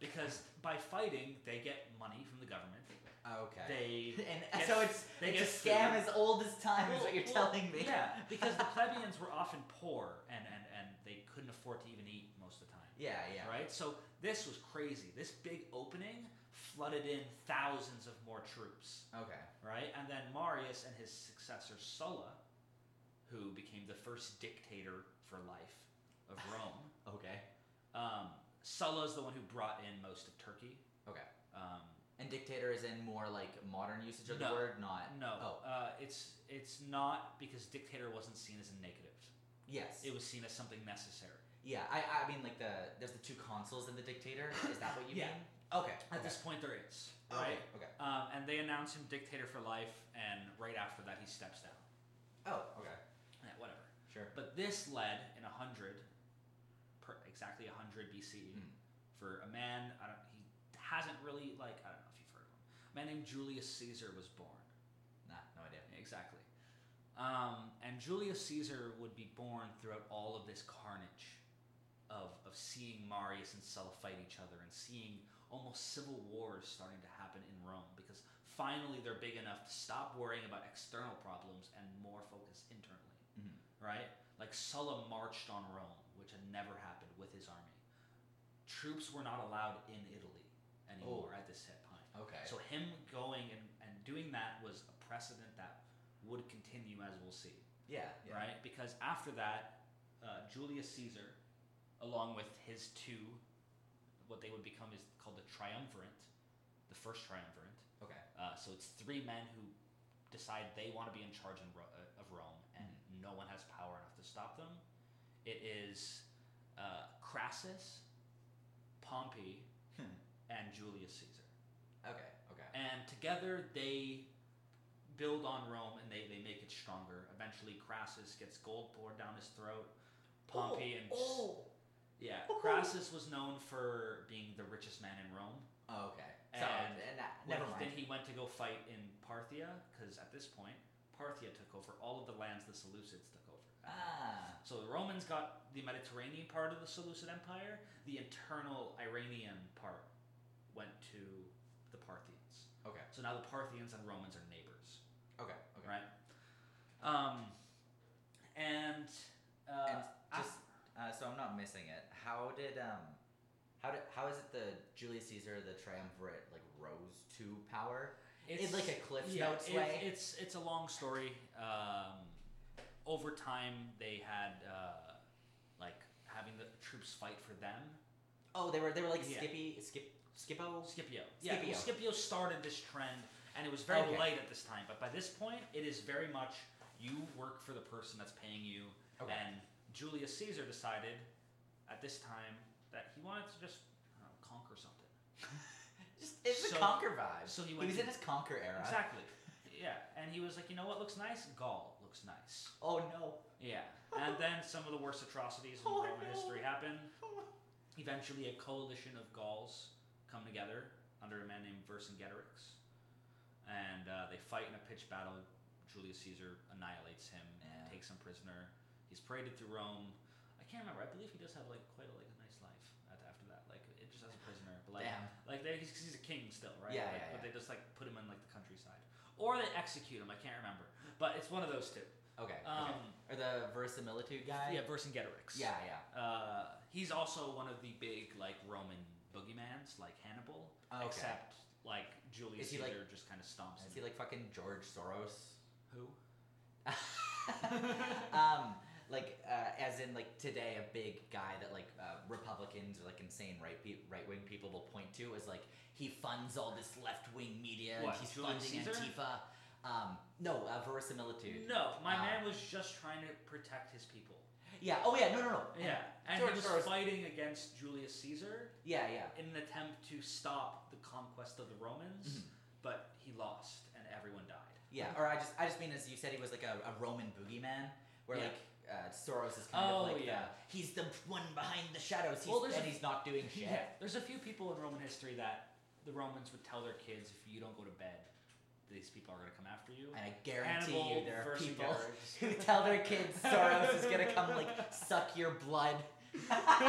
because by fighting, they get money from the government. Ah, Okay. They <laughs> and get- so it's they it's get a scam food. as old as time is what you're Well, well, telling me. Yeah, because the plebeians were often poor and, and, and they couldn't afford to even eat most of the time. <laughs> Yeah, yeah. Right? So this was crazy. This big opening flooded in thousands of more troops. Okay. right? And then Marius and his successor Sulla, who became the first dictator for life <laughs> of Rome. Okay. um, Sulla is the one who brought in most of Turkey. Okay. Um, And dictator is in more like modern usage of No. the word, not no, Oh, uh, it's it's not because dictator wasn't seen as a negative. yes. It was seen as something necessary. yeah, I I mean like the there's the two consuls in the dictator. Is that what you <laughs> Yeah. mean? Okay. At okay. this point, there is okay. right. Okay. Um, and they announce him dictator for life, and right after that, he steps down. Oh. Okay. Yeah, whatever. Sure. But this led in 100, per, exactly 100 BC, Mm. for a man, I don't, he hasn't really, like, I don't know if you've heard of him. A man named Julius Caesar was born. Nah, no idea. Exactly. Um, and Julius Caesar would be born throughout all of this carnage of, of seeing Marius and Sulla fight each other and seeing almost civil wars starting to happen in Rome because finally they're big enough to stop worrying about external problems and more focus internally Mhm. right? Like Sulla marched on Rome, which had never happened with his army. Troops were not allowed in Italy anymore at this set time. Okay. So him going and, and doing that was a precedent that would continue as we'll see, yeah. yeah. right? Because after that, uh, Julius Caesar, along with his two, what they would become is called the triumvirate, the first triumvirate. Okay. Uh, so it's three men who decide they want to be in charge in Ro- uh, of Rome, and Mm-hmm. no one has power enough to stop them. It is uh, Crassus, Pompey, Hmm. and Julius Caesar, <laughs> Okay. Okay. and together they build on Rome and they, they make it stronger. Eventually, Crassus gets gold poured down his throat. Pompey and Oh. yeah, Oh. Crassus was known for being the richest man in Rome. oh, Okay. So And- and that, Like, never mind. Then he went to go fight in Parthia, because at this point, Parthia took over all of the lands the Seleucids took over. Ah. So the Romans got the Mediterranean part of the Seleucid Empire, the internal Iranian part went to the Parthians. Okay. So now the Parthians and Romans are neighbors, Okay. Okay. right? Um, and, uh, And af- just- Uh, so I'm not missing it. How did um, how did how is it the Julius Caesar the triumvirate like rose to power? it's like a Cliff's yeah, Notes it- way? It's it's a long story. Um, over time, they had uh, like having the troops fight for them. Oh, they were they were like Yeah. Skippy Skip Skippo. Scipio, yeah, well, Scipio. Scipio started this trend, and it was very Okay. light at this time. But by this point, it is very much you work for the person that's paying you. Okay. And Julius Caesar decided at this time that he wanted to just I don't know, conquer something. Just it's So- the conquer vibe. so he he went was to- in his conquer era. Exactly. Yeah, and he was like, you know what looks nice? Gaul looks nice. Oh no. Yeah, <laughs> and then some of the worst atrocities in Oh, Roman no. history <laughs> happen. Eventually, a coalition of Gauls come together under a man named Vercingetorix, and uh, they fight in a pitched battle. Julius Caesar annihilates him, Yeah. takes him prisoner. He's paraded through Rome. I can't remember. I believe he does have like quite a, like a nice life at- after that, like it just as a prisoner. But like, Damn. like they he's, he's a king still, right? Yeah, Like, yeah, But yeah. they just like put him in like the countryside, or they execute him. I can't remember, but it's one of those two. Okay. Um, okay. Or the verisimilitude guy. yeah, Vercingetorix. Yeah. Yeah. Uh, he's also one of the big like Roman boogeymans, like Hannibal. Okay. Except like Julius Is he, Caesar like- just kind of stomps. Is he him. like fucking George Soros? Who? <laughs> um, like uh, as in like today, a big guy that like uh, Republicans or like insane right pe- right wing people will point to is like he funds all this left wing media What, and he's Julius funding Caesar? Antifa. Um, no, uh, verisimilitude. No, my Uh, man was just trying to protect his people. Yeah. Oh yeah. No. No. No. Yeah, and George he was Soros- fighting against Julius Caesar Yeah. Yeah. in an attempt to stop the conquest of the Romans, Mm-hmm. but he lost and everyone died. Yeah. Or I just I just mean as you said he was like a, a Roman boogeyman where Yeah. like. Uh, Soros is kind Oh, of like yeah. the, he's the one behind the shadows, he's, Well, there's and a- he's <laughs> not doing shit. There's a few people in Roman history that the Romans would tell their kids if you don't go to bed, these people are going to come after you. And I guarantee Hannibal you there are versus people Garrus. who tell their kids Soros is gonna come like suck your blood. <laughs>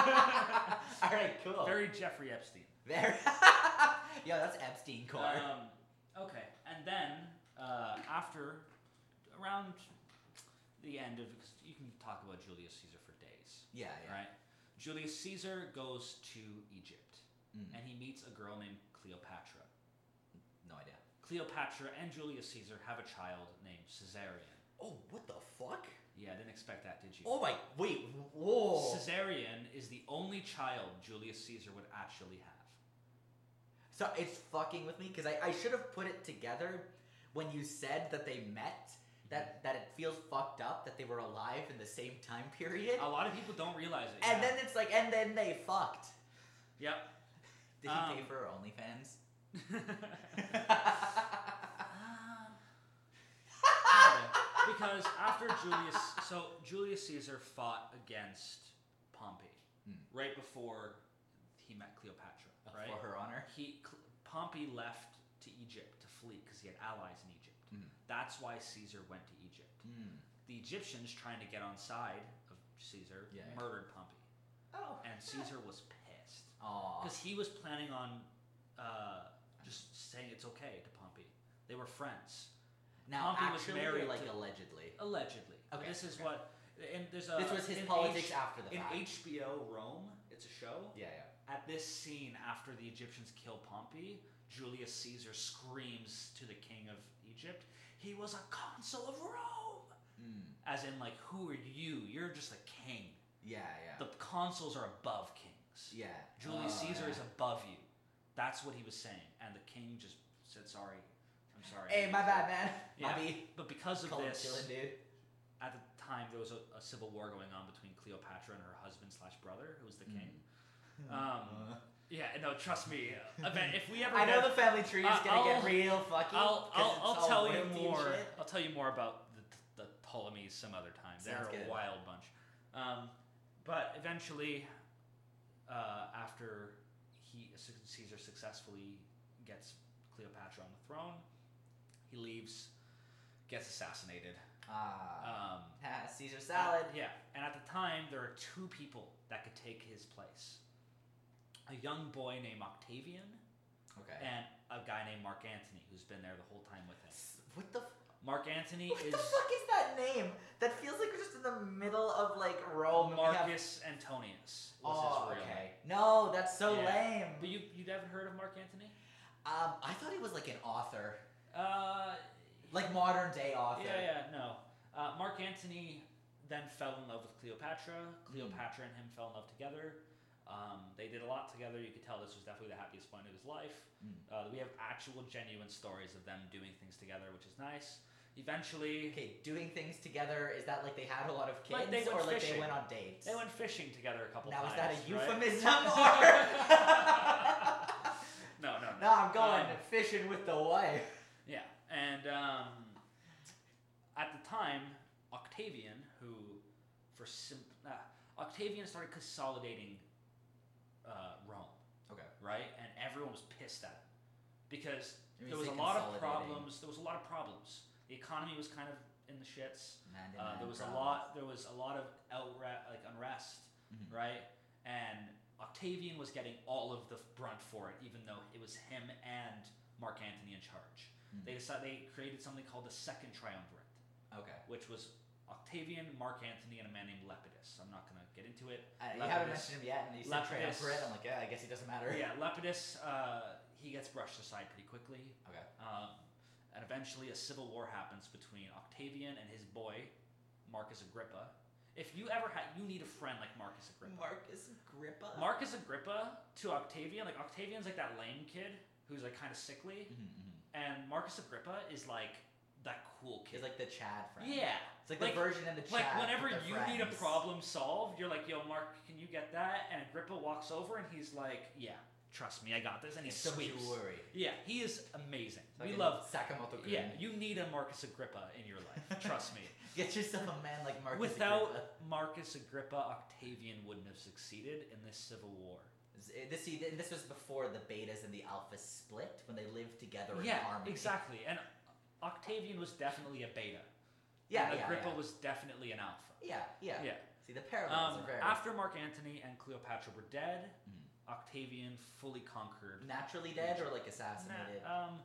Alright, cool. Very Jeffrey Epstein. There. <laughs> Yo, that's Epstein core. Um, okay, and then uh, after around the end of because you can talk about Julius Caesar for days, yeah, yeah. right? Julius Caesar goes to Egypt Mm. and he meets a girl named Cleopatra. No idea. Cleopatra and Julius Caesar have a child named Caesarion. Oh, what the fuck? Yeah, I didn't expect that, did you? Oh my, wait, whoa. Caesarion is the only child Julius Caesar would actually have. So it's fucking with me because I, I should have put it together when you said that they met. That that it feels fucked up that they were alive in the same time period. A lot of people don't realize it. And yeah. then it's like, and then they fucked. <laughs> Yep. <laughs> Did he pay Um. for her <laughs> OnlyFans? Kinda. because after Julius, so Julius Caesar fought against Pompey Hmm. right before he met Cleopatra. Right, For her honor. he Cl- Pompey left to Egypt to flee because he had allies in Egypt. Mhm. That's why Caesar went to Egypt. Mm. The Egyptians, trying to get on side of Caesar, Yeah. murdered Pompey, Oh. and Caesar was pissed Aw. because he was planning on uh, just saying it's okay to Pompey. They were friends. Now, Pompey was actually, or, married like to- allegedly. Allegedly. Okay, This is okay. what. And there's a. this was his in politics H- after the in fact. HBO Rome, it's a show. yeah, At this scene, after the Egyptians kill Pompey, Julius Caesar screams to the king of Egypt, "He was a consul of Rome." yeah. Mm. As in, like, who are you? You're just a king. Yeah, yeah. The consuls are above kings. yeah. Julius Oh, Caesar yeah. is above you. That's what he was saying, and the king just said, "Sorry, I'm sorry." Hey, my bad, man. Yeah. My B. But because of Call him this, chillin', dude. at the time there was a, a civil war going on between Cleopatra and her husband slash brother, who was Hmm. the <laughs> king. Um, Uh. yeah, no, trust me. uh, I bet if we ever, I know get- the family tree is I- gonna Uh, I'll- get real fucking. I'll 'cause I'll, it's I'll all tell you royalty and more. shit. I'll tell you more about the, the Ptolemies some other time. Sounds They're a good. wild bunch. Um, but eventually, uh, after he Caesar successfully gets Cleopatra on the throne, he leaves, gets assassinated. Ah, Um, ha, Caesar salad. Yeah, and at the time there are two people that could take his place: a young boy named Octavian Okay. uh, and a guy named Mark Antony, who's been there the whole time with him. S- What the f- Mark Antony what is the fuck is that name? That feels like we're just in the middle of like Rome. and we have- Marcus Antonius. Was oh, his real name. okay. No, that's so Yeah. lame. But you you haven't heard of Mark Antony? um, I thought he was like an author, Uh, like modern day author. yeah, yeah, no. Uh, Mark Antony then fell in love with Cleopatra. Cleopatra and him fell in love together. Um, they did a lot together. You could tell this was definitely the happiest point of his life. Mm. Uh, we have actual, genuine stories of them doing things together, which is nice. Eventually, Okay, doing things together is that like they had a lot of kids, Like they or went like fishing. they went on dates? they went fishing together a couple now times. is that a right? <laughs> euphemism <laughs> or? no, no, no. no, I'm going Um, fishing with the wife. Yeah, and um, at the time, Octavian, who for sim- uh, Octavian started consolidating uh, Rome, Okay. right, and everyone was pissed at him because When you there was say a lot of consolidating- problems. There was a lot of problems. The economy was kind of in the shits. Man to Uh, man there was a problems. lot. There was a lot of outra- like unrest, Mhm. right? And Octavian was getting all of the brunt for it, even though it was him and Mark Antony in charge. They decided they created something called the Second Triumvirate, Okay. Uh, which was Octavian, Mark Antony, and a man named Lepidus. I'm not gonna get into it. Uh, you haven't Lepidus. mentioned him yet, and you said Lepidus. triumvirate. I'm like, yeah, I guess he doesn't matter. Yeah, Lepidus. Uh, he gets brushed aside pretty quickly. Okay. Um, and eventually, a civil war happens between Octavian and his boy, Marcus Agrippa. If you ever had, you need a friend like <laughs> Marcus Agrippa. Marcus Agrippa. Marcus Agrippa to Octavian, like Octavian's like that lame kid who's like kind of sickly, Mhm, mhm. and Marcus Agrippa is like that cool kid. He's like the Chad friend. yeah, It's like, the version in the Chad. like but whenever they're you need a friends. problem solved, you're like, "Yo, Mark, can you get that?" And Agrippa walks over and he's like, "Yeah, trust me, I got this," and he Don't you sweeps. worry. Yeah, he is amazing. we Fucking love. Sakamoto. Yeah, Kun. you need a Marcus Agrippa in your life. Trust <laughs> me. Get yourself a man like Marcus. Without Agrippa. Marcus Agrippa, Octavian wouldn't have succeeded in this civil war. uh, yeah, harmony. exactly. And Octavian was definitely a beta. Yeah, and yeah, Agrippa yeah. was definitely an alpha. yeah, yeah, Yeah. See, the parallels Um, are very after Mark Antony and Cleopatra were dead, Mm. Octavian fully conquered. naturally dead or like assassinated. Nah, um,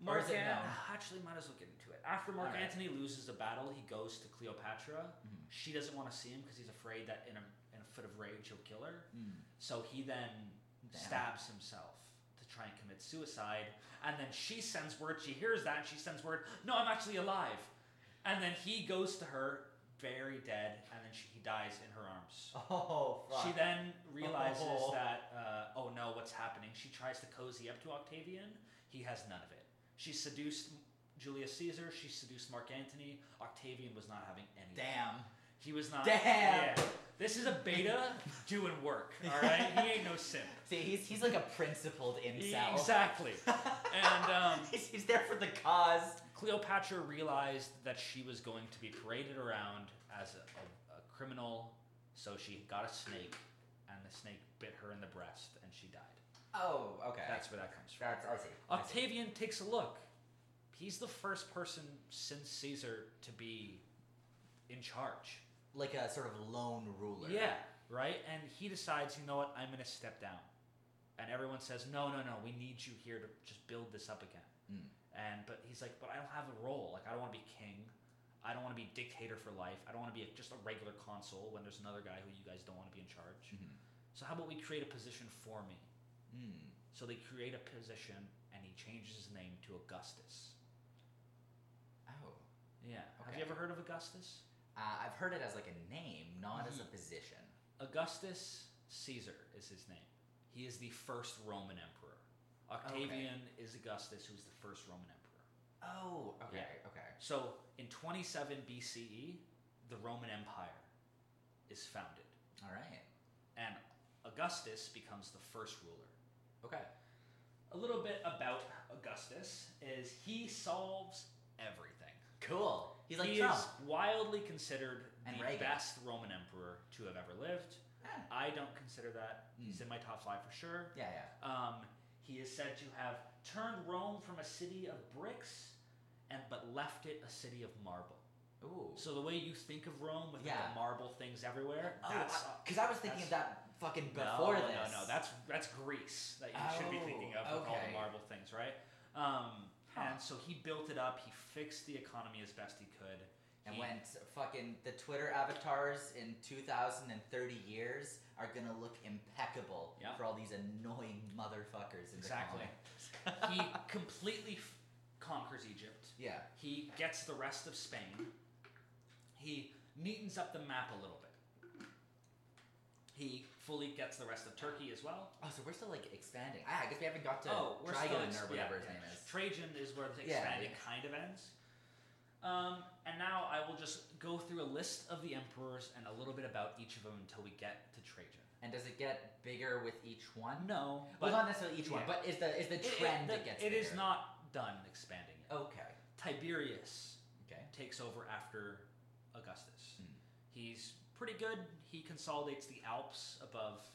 Or Mark is it An- known? <sighs> actually might as well get into it. After Mark Alright. Antony loses the battle, he goes to Cleopatra. Mhm. She doesn't want to see him because he's afraid that in a, in a fit of rage he'll kill her. Mm. So he then Damn. stabs himself to try and commit suicide. And then she sends word, she hears that, and she sends word, no, I'm actually alive. And then he goes to her, very dead, and then she, he dies in her arms. Oh fuck. She then realizes Oh. that, uh, oh no, what's happening? She tries to cozy up to Octavian. He has none of it. She seduced Julius Caesar. She seduced Mark Antony. Octavian was not having any. Damn. He was not. Damn. Yeah. This is a beta doing work, all right? He ain't no simp. See, he's he's like a principled incel. Exactly. And um, <laughs> he's, he's there for the cause. Cleopatra realized that she was going to be paraded around as a, a, a criminal, so she got a snake, and the snake bit her in the breast, and she died. Oh, okay. That's where that comes from. that's I see. I see. Octavian takes a look. He's the first person since Caesar to be in charge. Like a sort of lone ruler. Yeah, right? And he decides, you know what, I'm going to step down. And everyone says, no, no, no, we need you here to just build this up again. Mm. And, but he's like, but I don't have a role. Like, I don't want to be king. I don't want to be dictator for life. I don't want to be a, just a regular consul when there's another guy who you guys don't want to be in charge. Mhm. So, how about we create a position for me? Mm. So they create a position, and he changes his name to Augustus. Oh. Yeah. Have Okay. you ever heard of Augustus? Uh, I've heard it as like a name, not as a Mhm. position. Augustus Caesar is his name. He is the first Roman emperor. Octavian is Augustus, who's the first Roman emperor. Oh, okay, Yeah. okay. So in 27 BCE, E, the Roman Empire is founded, All right. and Augustus becomes the first ruler. Okay. A little bit about Augustus is he solves everything. Cool. He's like he Trump. is wildly considered And the Reagan. best Roman emperor to have ever lived. Ah, I don't consider that. He's Mm. in my top five for sure. Yeah, yeah. Um, he is said to have turned Rome from a city of bricks, and but left it a city of marble. Ooh. So the way you think of Rome with like Yeah. the marble things everywhere, that's because Oh, I was thinking of that fucking before no, this. no, no, that's that's Greece that you should be Oh, thinking of with all okay. the marble things, right? Um, Huh. And so he built it up. He fixed the economy as best he could. And He- when s- fucking the Twitter avatars in 2030 years are gonna look impeccable Yeah. for all these annoying motherfuckers in Exactly. the comments. he <laughs> completely f- conquers Egypt. yeah. He gets the rest of Spain. He neatens up the map a little bit. He fully gets the rest of Turkey as well. Oh, so we're still like expanding. Ah, I guess we haven't got to oh, we're Trigon still ex- or yeah, whatever his yeah. name is. Trajan is where the Yeah, expanding yeah. kind of ends. Um, and now I will just go through a list of the emperors and a little bit about each of them until we get to Trajan. And does it get bigger with each one? No, well, but not necessarily each one, yeah. but is the is the it- it- trend the- that gets it bigger? is not done expanding yet. Okay. Tiberius Okay. takes over after Augustus. Hmm. He's pretty good. He consolidates the Alps above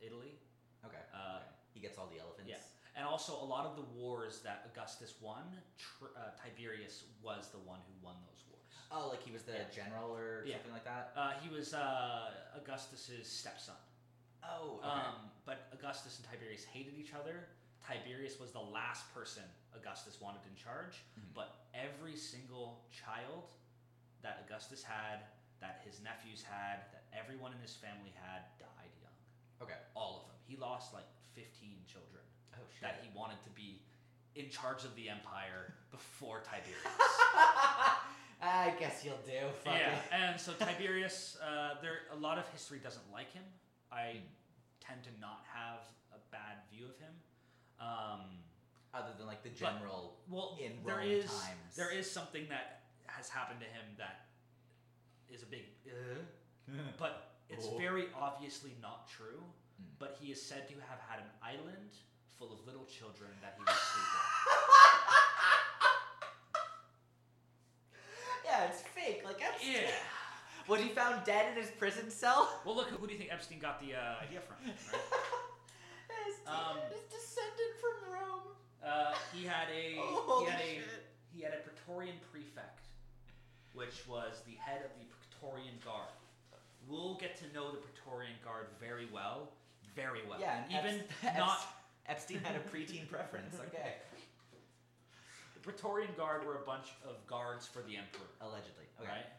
Italy, Okay. uh, okay. He gets all the elephants. yeah. and also a lot of the wars that Augustus won. Tr- uh, Tiberius was the one who won those wars. Oh, like he was the Yeah. general or Yeah. something like that. Uh, he was uh, Augustus's stepson. Oh. Okay. Um, but Augustus and Tiberius hated each other. Tiberius was the last person Augustus wanted in charge, Mhm. but every single child that Augustus had, that his nephews had, that everyone in his family had, died young. okay. All of them. He lost like 15 children Oh shit. that he wanted to be in charge of the empire before Tiberius. <laughs> <laughs> I guess you'll do. Fuck yeah, it. and <laughs> so Tiberius, uh, there a lot of history doesn't like him. Hmm. I tend to not have a bad view of him. Um, Other than like the general. well, In oh, there Rome is times. there is something that has happened to him that is a big, uh, but it's Uh-huh. Oh. very obviously not true. Mm. But he is said to have had an island full of little children that he would sleep with. <laughs> yeah, it's fake. Like that's Yeah. Was he found dead in his prison <laughs> cell? Well, look, who do you think Epstein got the uh, idea from? <laughs> Right? His, Um, his descendant from Rome. Uh, he had a Oh, he had holy a shit. he had a Praetorian prefect, which was the head of the Praetorian Guard. We'll get to know the Praetorian Guard very well, very well. Yeah, and even <laughs> Epst- not Epstein had a preteen preference. Okay, <laughs> the Praetorian Guard were a bunch of guards for the emperor. allegedly. Okay. right?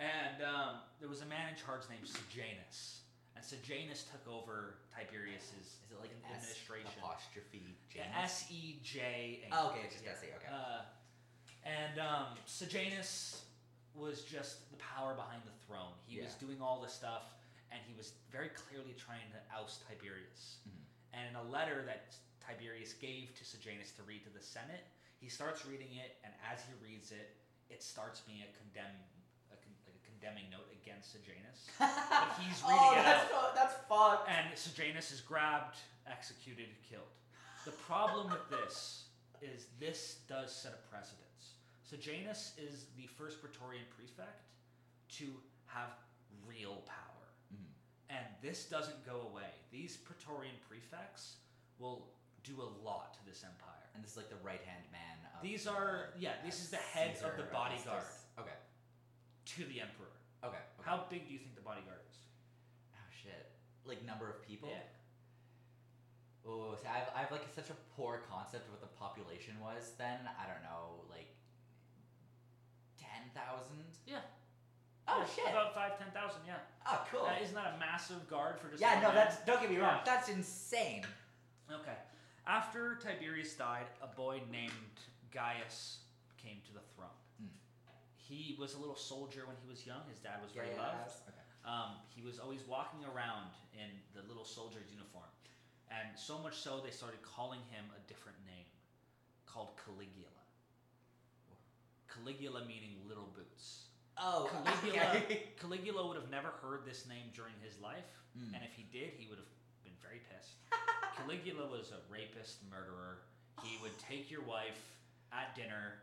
And um, there was a man in charge named Sejanus, and Sejanus took over Tiberius's Is it like an S administration. apostrophe J? S E J. Oh, okay, it's just S E. Okay. Uh, and um, Sejanus was just the power behind the throne. He was Yeah. doing all this stuff, and he was very clearly trying to oust Tiberius. Mhm. And in a letter that Tiberius gave to Sejanus to read to the Senate, he starts reading it, and as he reads it, it starts being a condemn, a, con- like a condemning note against Sejanus. but <laughs> he's reading oh, it that's fu- that's fucked. and Sejanus is grabbed, executed, killed. The problem with this is this does set a precedence. Sejanus is the first Praetorian prefect to have real power. Mhm. And this doesn't go away. These Praetorian prefects will do a lot to this empire. And this is like the right hand man. Of These are- yeah, this is the head of the bodyguard. Okay. To the emperor. Okay. okay. How big do you think the bodyguard is? Oh shit! Like number of people. Oh, see, I've, I've like such a poor concept of what the population was then. I don't know, like ten thousand. Yeah. Oh Yeah, shit! About five, ten thousand, yeah. Oh cool. Uh, isn't that a massive guard for just yeah, one no, man? that's don't get me wrong. Yeah. That's insane. Okay. After Tiberius died, a boy named Gaius came to the throne. Mm. He was a little soldier when he was young. His dad was very Yeah, loved. that's- Okay. Um, he was always walking around in the little soldier's uniform. And so much so, they started calling him a different name called Caligula. Caligula meaning little boots. Oh, <laughs> Caligula, okay. Caligula would have never heard this name during his life, Mm. and if he did, he would have been very pissed. Caligula was a rapist, murderer. He would take your wife at dinner,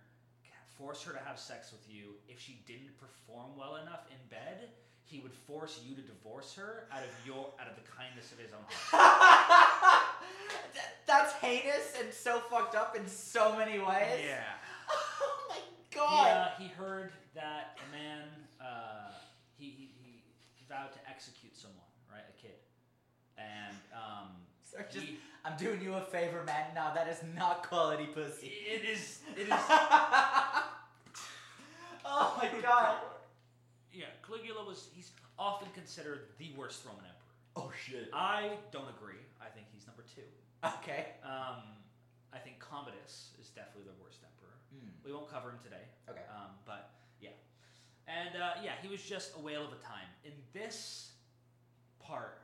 force her to have sex with you. If she didn't perform well enough in bed, he would force you to divorce her out of your out of the kindness of his own heart. <laughs> <laughs> That- that's heinous and so fucked up in so many ways. Yeah. <laughs> Oh my He, god. uh, he heard that a man uh, he, he he vowed to execute someone, right? A kid, and um. So just, he- I'm doing you a favor, man. No, that is not quality pussy. It is. <laughs> It is. oh my god. yeah, Caligula was. He's often considered the worst Roman emperor. Oh shit. I don't agree. I think he's number two. Okay. Um, I think Commodus is definitely the worst emperor. Mm, We won't cover him today. okay. Um, but yeah, and uh, yeah, he was just a whale of a time. In this part,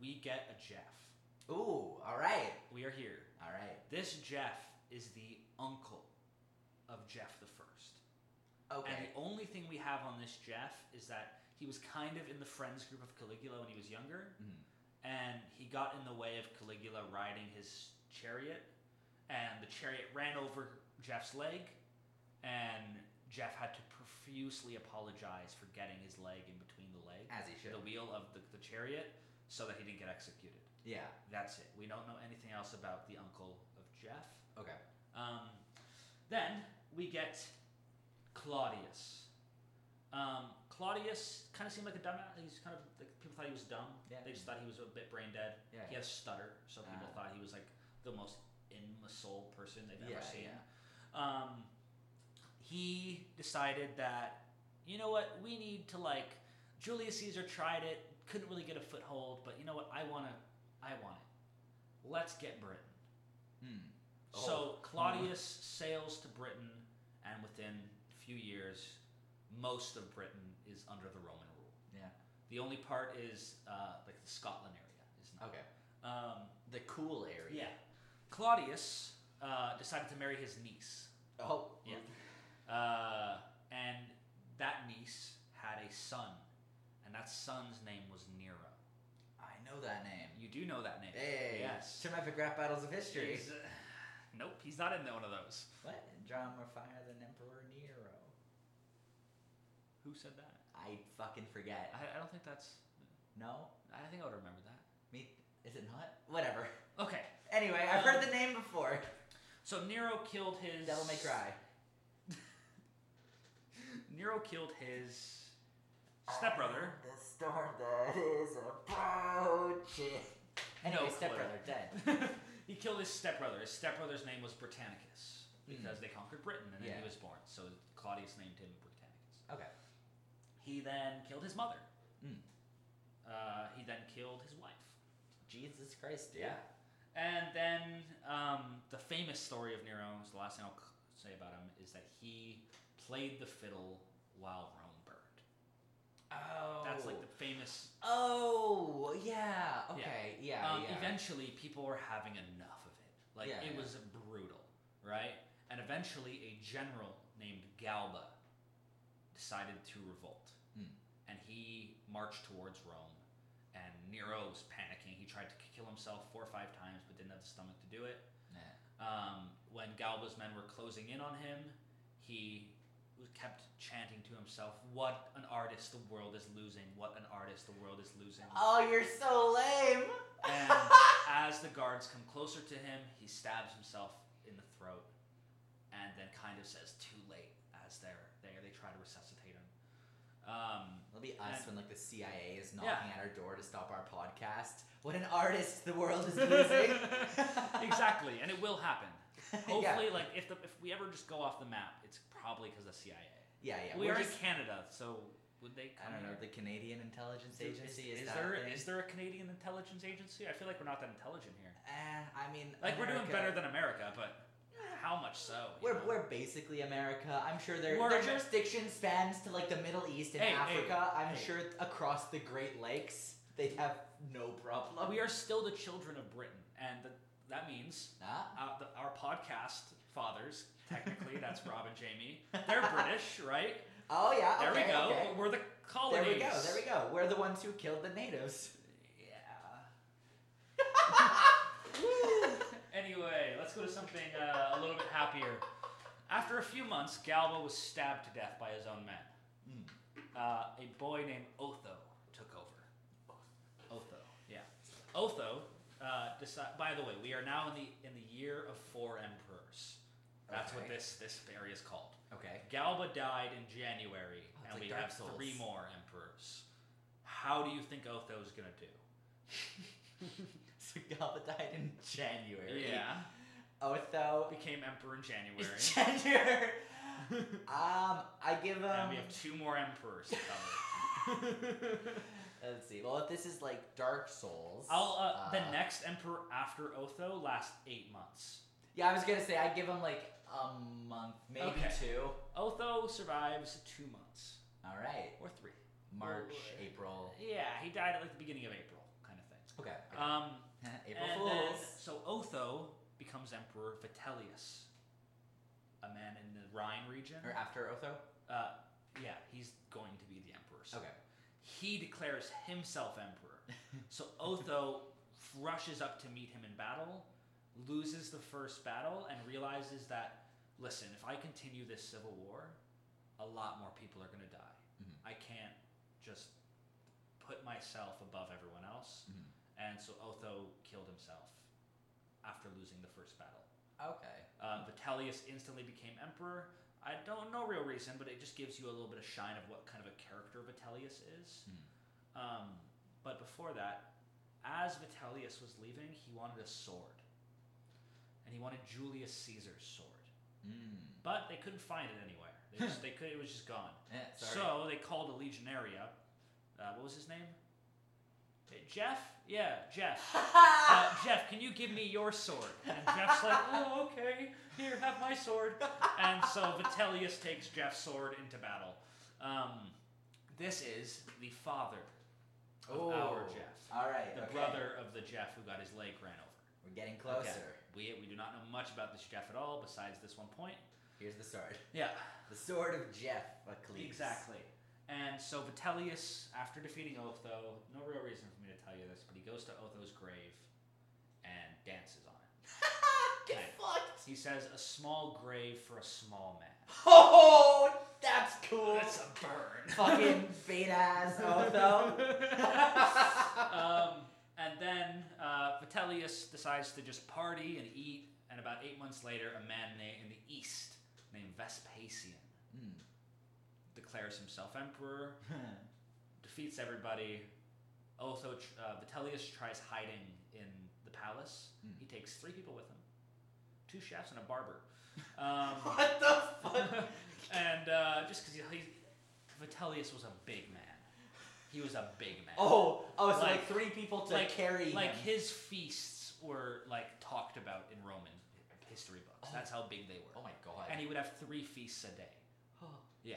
we get a Jeff. Ooh, all right. We are here. All right. This Jeff is the uncle of Jeff the First. And Okay. the only thing we have on this Jeff is that he was kind of in the friends group of Caligula when he was younger, Mhm. and he got in the way of Caligula riding his chariot, and the chariot ran over Jeff's leg, and Jeff had to profusely apologize for getting his leg in between the leg, As he should. the wheel of the, the chariot, so that he didn't get executed. Yeah. That's it. We don't know anything else about the uncle of Jeff. Okay. Um, then we get Claudius. Um, Claudius kind of seemed like a dumbass. He's kind of like people thought he was dumb. Yeah. They just thought he was a bit brain dead. Yeah. He had a stutter, so people Ah. thought he was like the most imbecile person they've Yeah, ever seen. Um, he decided that you know what we need to like. Julius Caesar tried it, couldn't really get a foothold, but you know what I want to, I want it. Let's get Britain. Mm. So Oh. Claudius sails to Britain, and within a few years, most of Britain is under the Roman rule. Yeah. The only part is uh, like the Scotland area is not. Okay. Um, The cool area. yeah. Claudius uh, decided to marry his niece, Oh. Yeah. uh, and that niece had a son, and that son's name was Nero. I know that name. You do know that name. Hey. Yes. Terrific rap battles of history. He's, uh, nope, he's not in one of those. What? Drama fire than Emperor Nero. Who said that? I fucking forget. I, I don't think that's. No? I think I would remember that. Me? Is it not? Whatever. <laughs> Okay. Anyway, I've Um, heard the name before. So Nero killed his Devil May Cry. Nero killed his stepbrother. <laughs> The storm that is approaching. Anyway, No stepbrother dead. he killed his stepbrother. His stepbrother's name was Britannicus because they conquered Britain and then Hmm. Yeah. he was born. So Claudius named him Britannicus. Okay. He then killed his mother. Mm. Uh, he then killed his wife. Jesus Christ, dude. Yeah. And then um, the famous story of Nero, is the last thing I'll c- say about him, is that he played the fiddle while Rome burned. Oh. That's like the famous. Oh yeah. Okay. Yeah. Yeah. um, Eventually, people were having enough of it. Like Yeah, it yeah. was brutal, right? And eventually, a general named Galba decided to revolt, Hmm. and he marched towards Rome. And Nero was panicking. He tried to kill himself four or five times, but didn't have the stomach to do it. Yeah. um, when Galba's men were closing in on him, he was kept chanting to himself, "What an artist the world is losing! What an artist the world is losing!" Oh, you're so lame. And as the guards come closer to him, he stabs himself in the throat, and then kind of says, "Too late!" as they're there. They try to resuscitate him. Um, It'll be us And- when like the CIA is knocking Yeah. at our door to stop our podcast. What an artist the world is losing. <laughs> <laughs> exactly, and it will happen. Hopefully, Yeah. like if the, if we ever just go off the map, it's probably because of the CIA. Yeah. Yeah. we we're are just- in Canada, so would they? I Come don't know. here? The Canadian Intelligence Is- Agency Is, is, is that there a thing? is there a Canadian intelligence agency? I feel like we're not that intelligent here. Eh, I mean, Like we're doing America- better than America, but how much so? you We're, know? we're basically America. I'm sure their, We're their Amer- jurisdiction spans to like the Middle East and Hey, hey, Africa. I'm hey. sure across the Great Lakes they have no problem. We are still the children of Britain, and the, that means Ah. our, the, our podcast fathers, technically, that's Rob and Jamie. They're British, right? <laughs> Oh yeah. There okay, we go. okay. We're Oh, the There colonies. we go. There we go. We're the ones who killed the natives. Yeah. <laughs> anyway, let's go to something uh, a little bit happier. After a few months, Galba was stabbed to death by his own men. Hmm. Uh, a boy named Otho took over. Otho, yeah. Otho. Uh, deci- by the way, we are now in the in the year of four emperors. That's what Okay. this this area is called. <laughs> Okay. <laughs> Galba died in January, Oh, it's and like we Dark have Souls. three more emperors. How do you think Otho's gonna do? So Galba died in January. Yeah, Otho became emperor in is January, <laughs> <laughs> January. um, I give him. and we have two more emperors <laughs> to cover. Let's see. Well, if this is like Dark Souls, I'll, uh, the uh, next emperor after Otho lasts eight months. Yeah, I was gonna say I give him like a month, maybe Okay. two. Otho survives two months All right, or three. March, Well, April. Yeah, he died at like the beginning of April, kind of thing. Okay, Um, <laughs> April and then- Fools. so Otho becomes emperor Vitellius, a man in the Rhine region. or after Otho. Uh, yeah, he's going to be the emperor. So Okay. He declares himself emperor. so Otho rushes up to meet him in battle, loses the first battle, and realizes that, listen, if I continue this civil war, a lot more people are going to die. Mhm. I can't just put myself above everyone else. Mhm. And so Otho killed himself after losing the first battle. Okay. Uh, Vitellius instantly became emperor. I don't know real reason, but it just gives you a little bit of shine of what kind of a character Vitellius is. Um, but before that, as Vitellius was leaving, he wanted a sword, and he wanted Julius Caesar's sword. Mm. But they couldn't find it anywhere. They just, they could. It was just gone. Yeah, Eh, sorry. So they called a legionary up. Uh, what was his name? Uh, Jeff? Yeah, Jeff. <laughs> Ah! uh, Jeff, can you give me your sword? And Jeff's like, oh, okay, here, have my sword. And so Vitellius takes Jeff's sword into battle. Um, this is the father of Oh, our Jeff, All right. the okay. brother of the Jeff who got his leg ran over. We're getting closer. We, we do not know much about this Jeff at all, besides this one point. Here's the sword. Yeah, The sword of Jeff Achilles. exactly. And so Vitellius, after defeating Otho, no real reason for me to tell you this, but he goes to Otho's grave and dances on it. <laughs> Get Okay. fucked. He says, "A small grave for a small man." Oh, that's cool. That's a burn. <laughs> fucking <laughs> beta ass <laughs> Otho. um, and then uh, Vitellius decides to just party and eat, and about eight months later, a man na- in the east named Vespasian Mm. declares himself emperor, Hmm. defeats everybody. Also, tr- uh, Vitellius tries hiding in the palace. Mm. He takes three people with him, two chefs and a barber. <laughs> Um, <laughs> what the fuck? <laughs> and uh, just because he, he, Vitellius was a big man, he was a big man. Oh, oh, so like, Like- three people to like- carry like him. his feasts were like talked about in Roman history books. That's how big they were. Oh my god. And he would have three feasts a day. Oh. Yeah.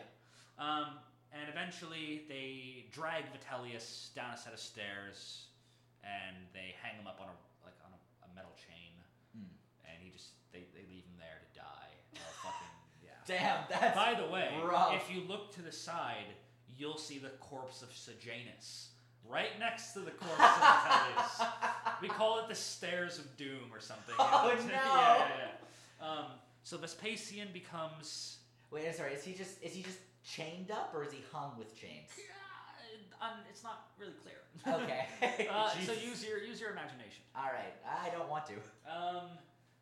Um, and eventually they drag Vitellius down a set of stairs and they hang him up on a like on a, a metal chain Mm. and he just they, they leave him there to <laughs> die. Oh, fucking yeah. <gasps> Damn, that's By the way, rough. if you look to the side, you'll see the corpse of Sejanus. Right next to the corpse <laughs> of Vitellius. We call it the Stairs of Doom or something. <laughs> Oh, <laughs> Yeah, no. yeah, yeah. Um, so Vespasian becomes Wait, I'm sorry. Is he just is he just chained up or is he hung with <laughs> chains? Yeah, um, it's not really clear. Okay. <laughs> uh, so Jesus. use your use your imagination. All right. I don't want to. Um,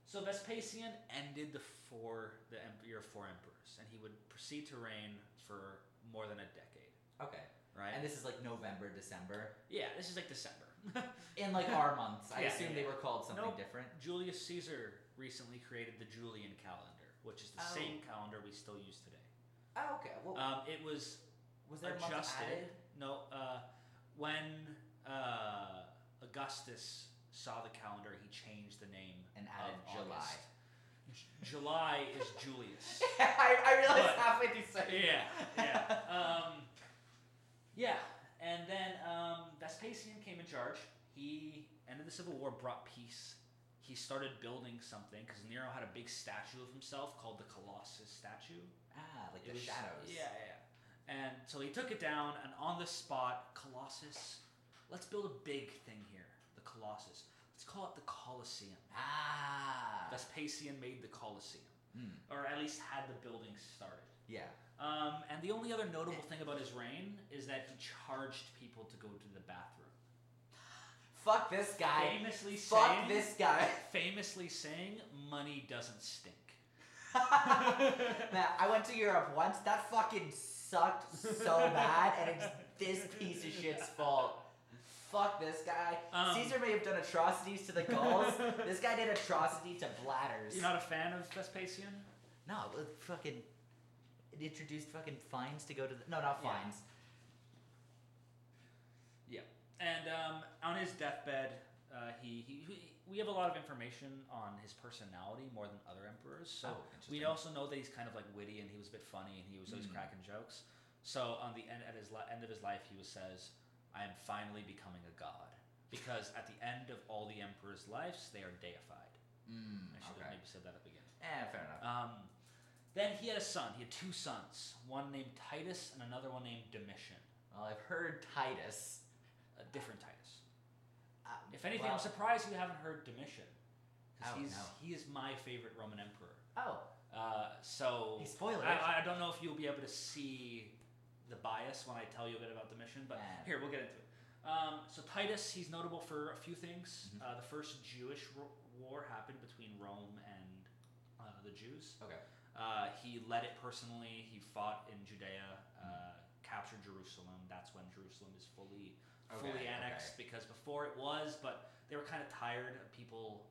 so Vespasian ended the four the em- year of four emperors, and he would proceed to reign for more than a decade. Okay. Right? And this is like November, December. yeah, this is like December. <laughs> In like our months. I Yeah, assume yeah, yeah. they were called something Nope. different. Julius Caesar recently created the Julian calendar, which is the Oh. same calendar we still use today. Oh, okay. Well, Um, it was was there a month adjusted. added? No, uh, when uh, Augustus saw the calendar, he changed the name And added of July. August. J- July is Julius. <laughs> I, I realized But- halfway through saying. yeah, yeah, um, yeah. And then um, Vespasian came in charge. He ended the civil war, brought peace. He started building something because Nero had a big statue of himself called the Colossus statue. <laughs> Ah, like It the was- shadows. Yeah, yeah. And so he took it down, and on the spot, Colossus. Let's build a big thing here. The Colossus. Let's call it the Colosseum. Ah. Vespasian made the Colosseum, Hmm, or at least had the building started. yeah. Um, and the only other notable thing about his reign is that he charged people to go to the bathroom. Fuck this guy. Famously Fuck saying, this guy. <laughs> famously saying, money doesn't stink. <laughs> Man, I went to Europe once. That fucking sucked so bad, and it's this piece of shit's fault. Fuck this guy. Um, Caesar may have done atrocities to the <laughs> Gauls. this guy did atrocity to bladders. You're not a fan of Vespasian? no, it fucking it introduced fucking fines to go to the no, not Yeah. fines. And um, on his deathbed, uh, he, he, he we have a lot of information on his personality more than other emperors. So Oh, interesting. we also know that he's kind of like witty and he was a bit funny and he was always Mm. cracking jokes. So on the end at his li- end of his life, he was says, "I am finally becoming a god." Because at the end of all the emperors' lives, they are deified. Mm, I should have okay. maybe said that at the beginning. Eh, fair enough. Um, then he had a son. He had two sons, one named Titus and another one named Domitian, Well, I've heard Titus. a different Titus. Uh, If anything, well, I'm surprised you haven't heard Domitian. 'cause Oh, he's, no. He is my favorite Roman emperor. oh, Uh, so Hey, spoilers. I, I don't know if you'll be able to see the bias when I tell you a bit about Domitian, but Yeah. here we'll get into it. Um, so Titus, he's notable for a few things. Mhm. Uh, the first Jewish ro- war happened between Rome and uh, the Jews. okay. Uh, he led it personally. He fought in Judea, uh, captured Jerusalem. That's when Jerusalem is fully, fully Mm-hmm. Okay, annexed because before it was, but they were kind of tired of people,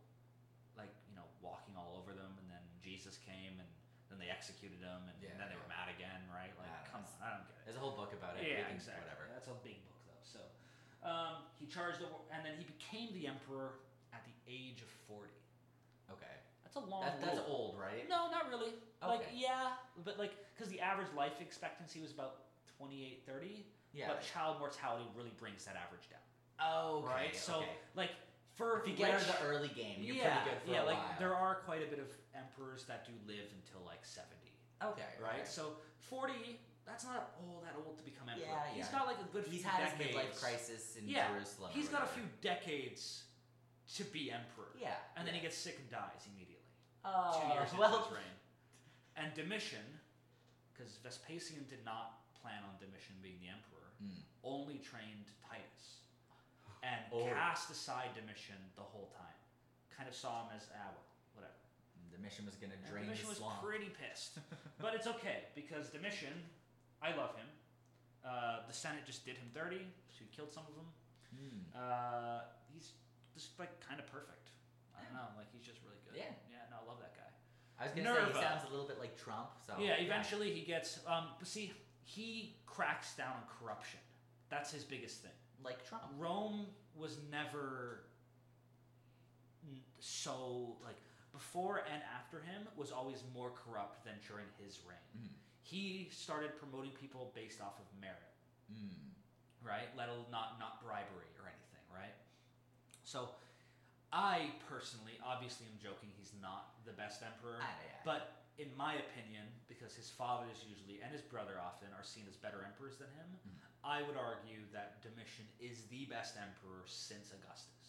like you know, walking all over them. And then Jesus came, and then they executed him, and Yeah, then they were mad again, right? Like, Yeah, come that's- on, I don't get it. There's a whole book about it. We Yeah, can- exactly. Whatever. That's a big book though. So um, he charged, the, war- and then he became the emperor at the age of forty. Okay. That's a long. That, that's rule. old, right? Oh, No, not really. Like, Okay. yeah, but like, because the average life expectancy was about 28, 30, Yeah. but child mortality really brings that average down. Oh, okay, right? So, okay. like, for if you get out rich- of the early game, you're yeah, pretty good for yeah, a like while. there are quite a bit of emperors that do live until like 70, okay, right? okay. So 40, that's not all that old to become emperor. Yeah, He's yeah. got like a good He's few had decades. his midlife crisis in Yeah, Jerusalem. or He's got a few whatever. decades to be emperor. Yeah. And then he yeah. gets sick and dies immediately. oh, two years well, into his reign. And Domitian, because Vespasian did not plan on Domitian being the emperor, Mm. only trained Titus and Oh. cast aside Domitian the whole time. Kind of saw him as, ah, well, whatever. <laughs> The mission was gonna And <laughs> drain <laughs> Domitian the was swamp. Hmm. pretty pissed. but it's okay, because Domitian I love him. Uh, the Senate just did him dirty. She killed some of them. Hmm. Uh, he's just like kind of perfect. I don't know. Like he's just really good. Yeah. Yeah. No, I love that guy. I was gonna say Nerva. he sounds a little bit like Trump. So yeah. Eventually, he gets. Um. But see, he cracks down on corruption. That's his biggest thing. like Trump. Rome was never n- so like before and after him was always more corrupt than during his reign. Mhm. He started promoting people based off of merit Mm. right? Let al- not not bribery or anything, right? So, I personally, obviously, am joking. He's not the best emperor, Ah, yeah. but in my opinion, because his fathers usually and his brother often are seen as better emperors than him, Mhm. I would argue that Domitian is the best emperor since Augustus.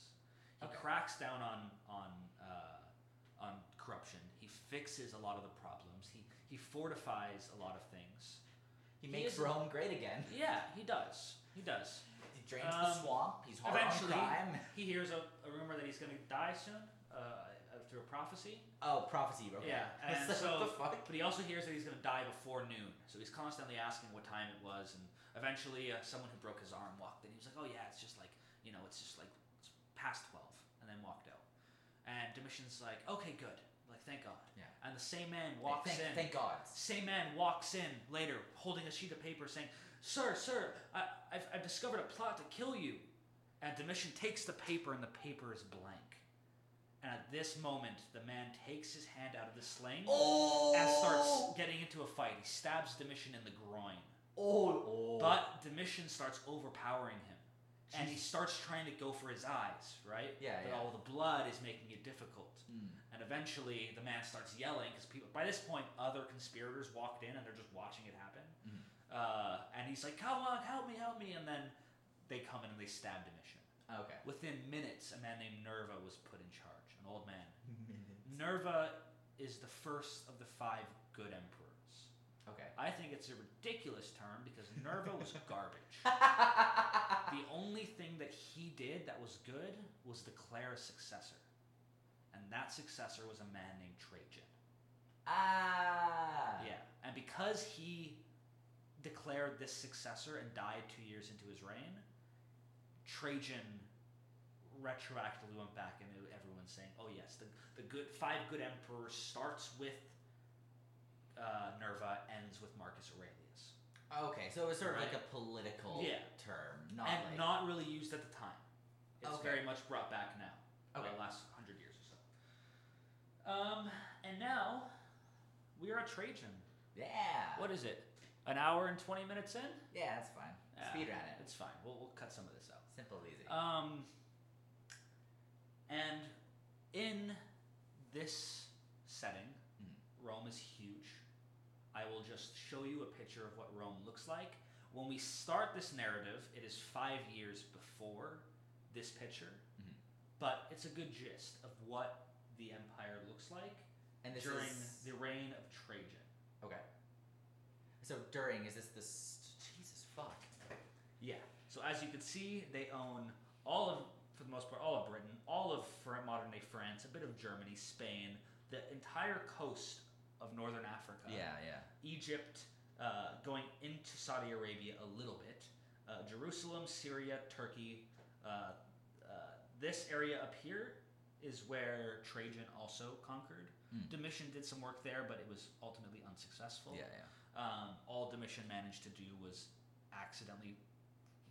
He Okay. cracks down on on uh, on corruption. He fixes a lot of the problems. He he fortifies a lot of things. he he makes is- Rome great again. <laughs> Yeah, he does. He does. He drains the Um, swamp. He's hard eventually- on crime. He hears a, a rumor that he's going to die soon uh, uh, through a prophecy, Oh, prophecy. Okay. <laughs> Yeah, and What so- the fuck? but he also hears that he's going to die before noon. So he's constantly asking what time it was, and eventually uh, someone who broke his arm walked in. He was like, "Oh yeah, it's just like you know, it's just like it's past 12, and then walked out. And Domitian's like, "Okay, good, like thank God." Yeah. And the same man walks thank, in. Thank God. Same man walks in later holding a sheet of paper saying, Sir, sir, I, I've, I've discovered a plot to kill you. And Domitian takes the paper, and the paper is blank. And at this moment, the man takes his hand out of the sling Oh. and starts getting into a fight. He stabs Domitian in the groin. Oh. oh. But Domitian starts overpowering him. And he Jesus. starts trying to go for his eyes, right? Yeah, But yeah. all the blood is making it difficult. Mm. And eventually, the man starts yelling because people. By this point, other conspirators walked in and they're just watching it happen. Mhm. Uh, and he's like, "Come on, help me, help me!" And then they come in and they stab Domitian. <laughs> Okay. Within minutes, a man named Nerva was put in charge. An old man. Nerva is the first of the five good emperors. okay. I think it's a ridiculous term because Nerva was garbage. The only thing that he did that was good was declare a successor, and that successor was a man named Trajan. <laughs> ah. Yeah, and because he declared this successor and died two years into his reign, Trajan retroactively went back and everyone's saying, "Oh yes, the the good five good emperors starts with uh, Nerva, ends with Marcus Aurelius, Okay. So it was sort of like Right. a political Yeah. term, not and like not really used at the time. It's Okay. very much brought back now, okay. by the last hundred years or so. Um, and now we are at Trajan. Yeah. What is it? An hour and twenty minutes in. Yeah, that's fine. Yeah, Speed around it. It's fine. We'll, we'll cut some of this out. Simple, easy. Um, and in this setting, Mhm. Rome is huge. I will just show you a picture of what Rome looks like. When we start this narrative, it is five years before this picture, Mhm. but it's a good gist of what the empire looks like and this during is the reign of Trajan. okay. So during is this the s Jesus fuck? Yeah. So as you can see, they own all of, for the most part, all of Britain, all of fr- modern day France, a bit of Germany, Spain, the entire coast of northern Africa, yeah. Egypt, uh, going into Saudi Arabia a little bit, uh, Jerusalem, Syria, Turkey. Uh, uh, this area up here is where Trajan also conquered. Mm. Domitian did some work there, but it was ultimately unsuccessful yeah. um, all Domitian managed to do was accidentally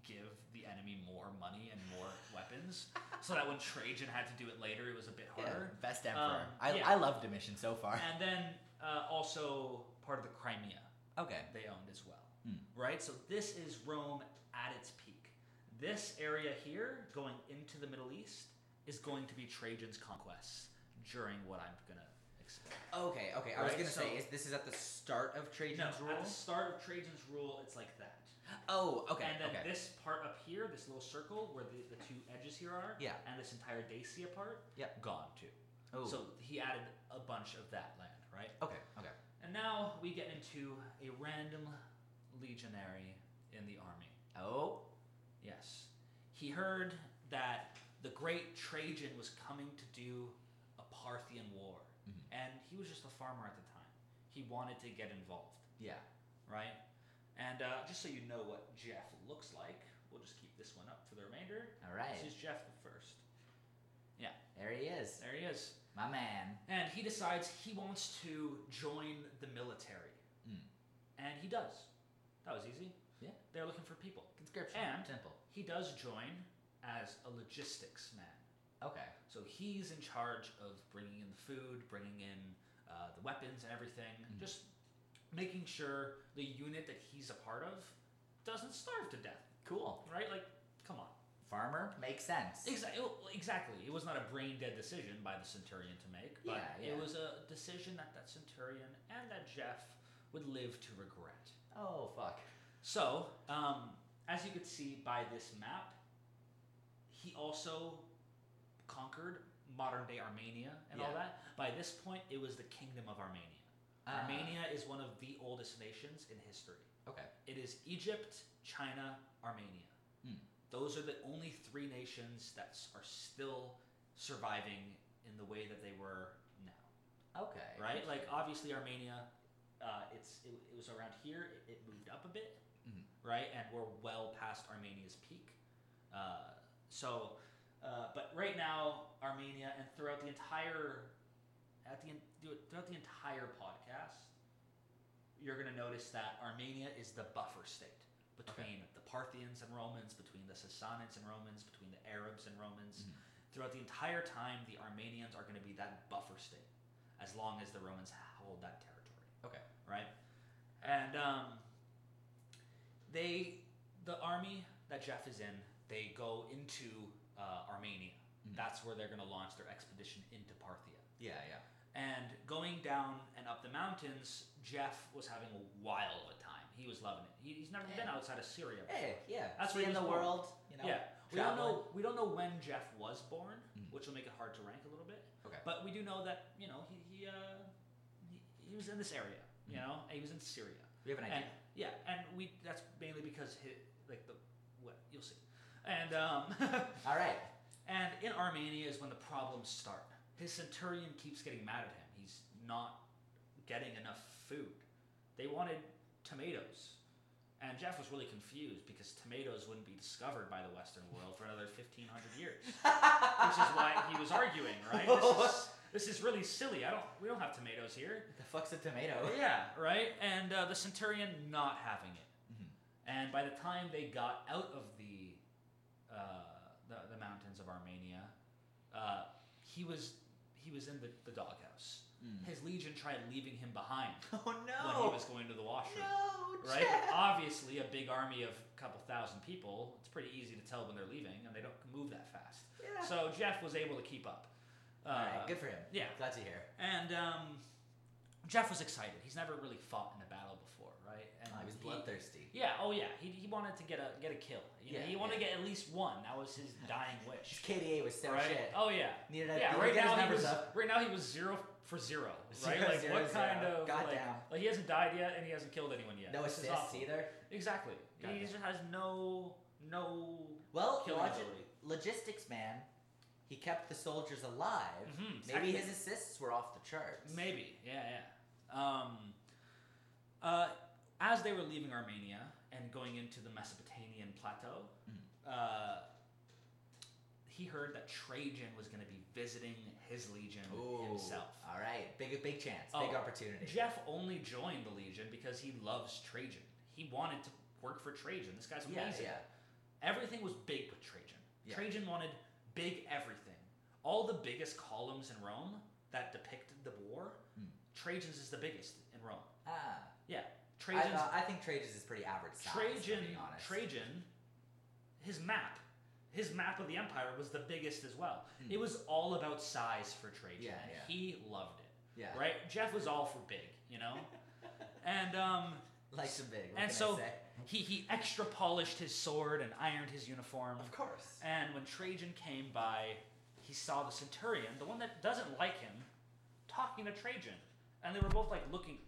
give the enemy more money and <laughs> more weapons, so that when Trajan had to do it later, it was a bit harder. Best emperor. Um, I- yeah. I love Domitian so far. And then uh, also part of the Crimea Okay. they owned as well, Hmm. right? So this is Rome at its peak. This area here, going into the Middle East, is going to be Trajan's conquests during what I'm gonna explain. Okay. Okay. I was Right, gonna say so- is this is at the start of No, Trajan's at rule? the start of Trajan's rule, it's like that. Oh. Okay. and then okay. this part up here, this little circle where the, the two edges here are, Yeah. and this entire Dacia part, Yep. gone too. oh. So he added a bunch of that land, right? okay. Okay. And now we get into a random legionary in the army. Oh. Yes, he heard that the great Trajan was coming to do a Parthian war, Mhm. and he was just a farmer at the time. He wanted to get involved Yeah. right? And uh, just so you know what Jeff looks like, we'll just keep this one up for the remainder. All right. This is Jeff the first. There he is. There he is. My man. And he decides he wants to join the military. Mm. And he does. That was easy. Yeah. They're looking for people. Conscription. And- Simple. He does join as a logistics man. Okay. So he's in charge of bringing in the food, bringing in uh, the weapons and everything, Mhm. just making sure the unit that he's a part of doesn't starve to death, Cool. right? Like, come on. Farmer makes sense. Exactly. Exactly. It was not a brain dead decision by the Centurion to make, but Yeah, yeah. it was a decision that that Centurion and that Jeff would live to regret. oh fuck. So, um, as you could see by this map, he also conquered modern day Armenia and all Yeah. that. By this point, it was the Kingdom of Armenia. Ah. Armenia is one of the oldest nations in history. Okay. It is Egypt, China, Armenia. Hmm. Those are the only three nations that s- are still surviving in the way that they were now, Okay. right? Like obviously Armenia, uh, it's it, it was around here. It, it moved up a bit, Mhm. right? And we're well past Armenia's peak. Uh, so, uh, but right now Armenia and throughout the entire at the en- throughout the entire podcast, you're going to notice that Armenia is the buffer state between the Parthians and Romans, between the Sassanids and Romans, between the Arabs and Romans. Mhm. Throughout the entire time, the Armenians are going to be that buffer state as long as the Romans hold that territory. Okay. Right? And um, they, the army that Jeff is in, they go into uh, Armenia. Mhm. That's where they're going to launch their expedition into Parthia. Yeah. Yeah. And going down and up the mountains, Jeff was having a wild of a time. He was loving it. He, he's never been Yeah. outside of Syria. Before. Hey. Yeah. That's where Seeing he the was born. world. You know. yeah, we don't traveling. know. We don't know when Jeff was born, Mm. which will make it hard to rank a little bit. Okay. But we do know that you know he he, uh, he, he was in this area. You Mhm. know, he was in Syria. We have an idea. And, yeah, and we that's mainly because his, like the what you'll see, and um, <laughs> All right. And in Armenia is when the problems start. His centurion keeps getting mad at him. He's not getting enough food. They wanted tomatoes. And Jeff was really confused because tomatoes wouldn't be discovered by the Western world for another 1500 years. Which is why he was arguing, right? This is, this is really silly. I don't we don't have tomatoes here. <laughs> The fuck's a tomato? <laughs> Yeah, right? And uh, the centurion not having it. Mhm. And by the time they got out of the uh, the, the mountains of Armenia, uh, he was he was in the, the doghouse. Mm. His legion tried leaving him behind <laughs> Oh no. when he was going to the washroom. no. Right? Jeff. Obviously, a big army of a couple thousand people, it's pretty easy to tell when they're leaving, and they don't move that fast. Yeah. So Jeff was able to keep up. Uh, All right. Good for him. yeah. Glad to hear. and um, Jeff was excited. He's never really fought in a battle before, right? And Oh, he was he- bloodthirsty. Yeah. Oh, yeah. He, he wanted to get a get a kill. You know, Yeah, he wanted yeah. to get at least one. That was <laughs> his dying wish. KDA was so right? shit. Oh yeah. Needed Yeah. a, needed to Right get his now he numbers was up. right now he was zero for zero. Right. <laughs> Zero, like zero, what kind zero. of like, Goddamn. like, he hasn't died yet and he hasn't killed anyone yet. No This is assists awful. either. Exactly. Goddamn. He just has no no. Well, Killing logi- ability. logistics man, he kept the soldiers alive. Mhm, Maybe exactly. his assists were off the charts. Maybe, yeah, yeah. Um, uh, as they were leaving Armenia and going into the Mesopotamian plateau, Mhm. uh, he heard that Trajan was going to be visiting his legion Ooh, himself. All right, big big chance, Oh, big opportunity. Jeff only joined the legion because he loves Trajan. He wanted to work for Trajan. This guy's yeah, amazing. yeah. Everything was big with Trajan. Yeah. Trajan wanted big everything. All the biggest columns in Rome that depicted the war, Mm. Trajan's is the biggest in Rome. Ah, Yeah, I, Trajan's uh, I think Trajan's is pretty average size. Trajan To be honest. Trajan, his map, his map of the empire was the biggest as well. Hmm. It was all about size for Trajan. Yeah, and yeah. He loved it, yeah, right? Jeff was all for big, you <laughs> know, and um, like some big. What and can I so say? he he extra polished his sword and ironed his uniform. of course. And when Trajan came by, he saw the centurion, the one that doesn't like him, talking to Trajan. And they were both like looking.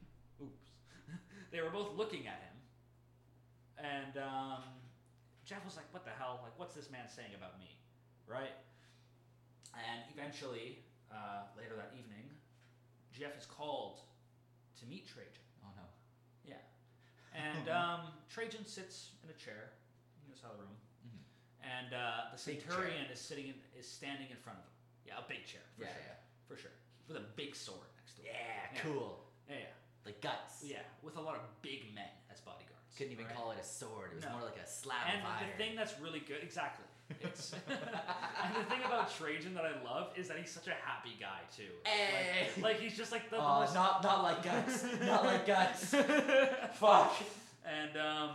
Oops. <laughs> they were both looking at him. And um, Jeff was like, what the hell? Like, what's this man saying about me? Right? And eventually, uh, later that evening, Jeff is called to meet Trajan. Oh no. Yeah. <laughs> And um, Trajan sits in a chair in this other room, Mhm. and uh, the Big chair. centurion is sitting in, is standing in front of him. Yeah, a big chair. For Yeah, sure. for sure. With a big sword next to yeah. him. Yeah, cool. Yeah, Like guts. yeah, yeah. With a lot of big men as bodyguards. Couldn't even right? call it a sword. It was No. more like a slab And of iron. the thing that's really good, exactly. <laughs> It's <laughs> and the thing about Trajan that I love is that he's such a happy guy too. Hey! Like, like he's just like the Aw, most. Oh, not not <laughs> like guts. not like guts. Fuck. and um,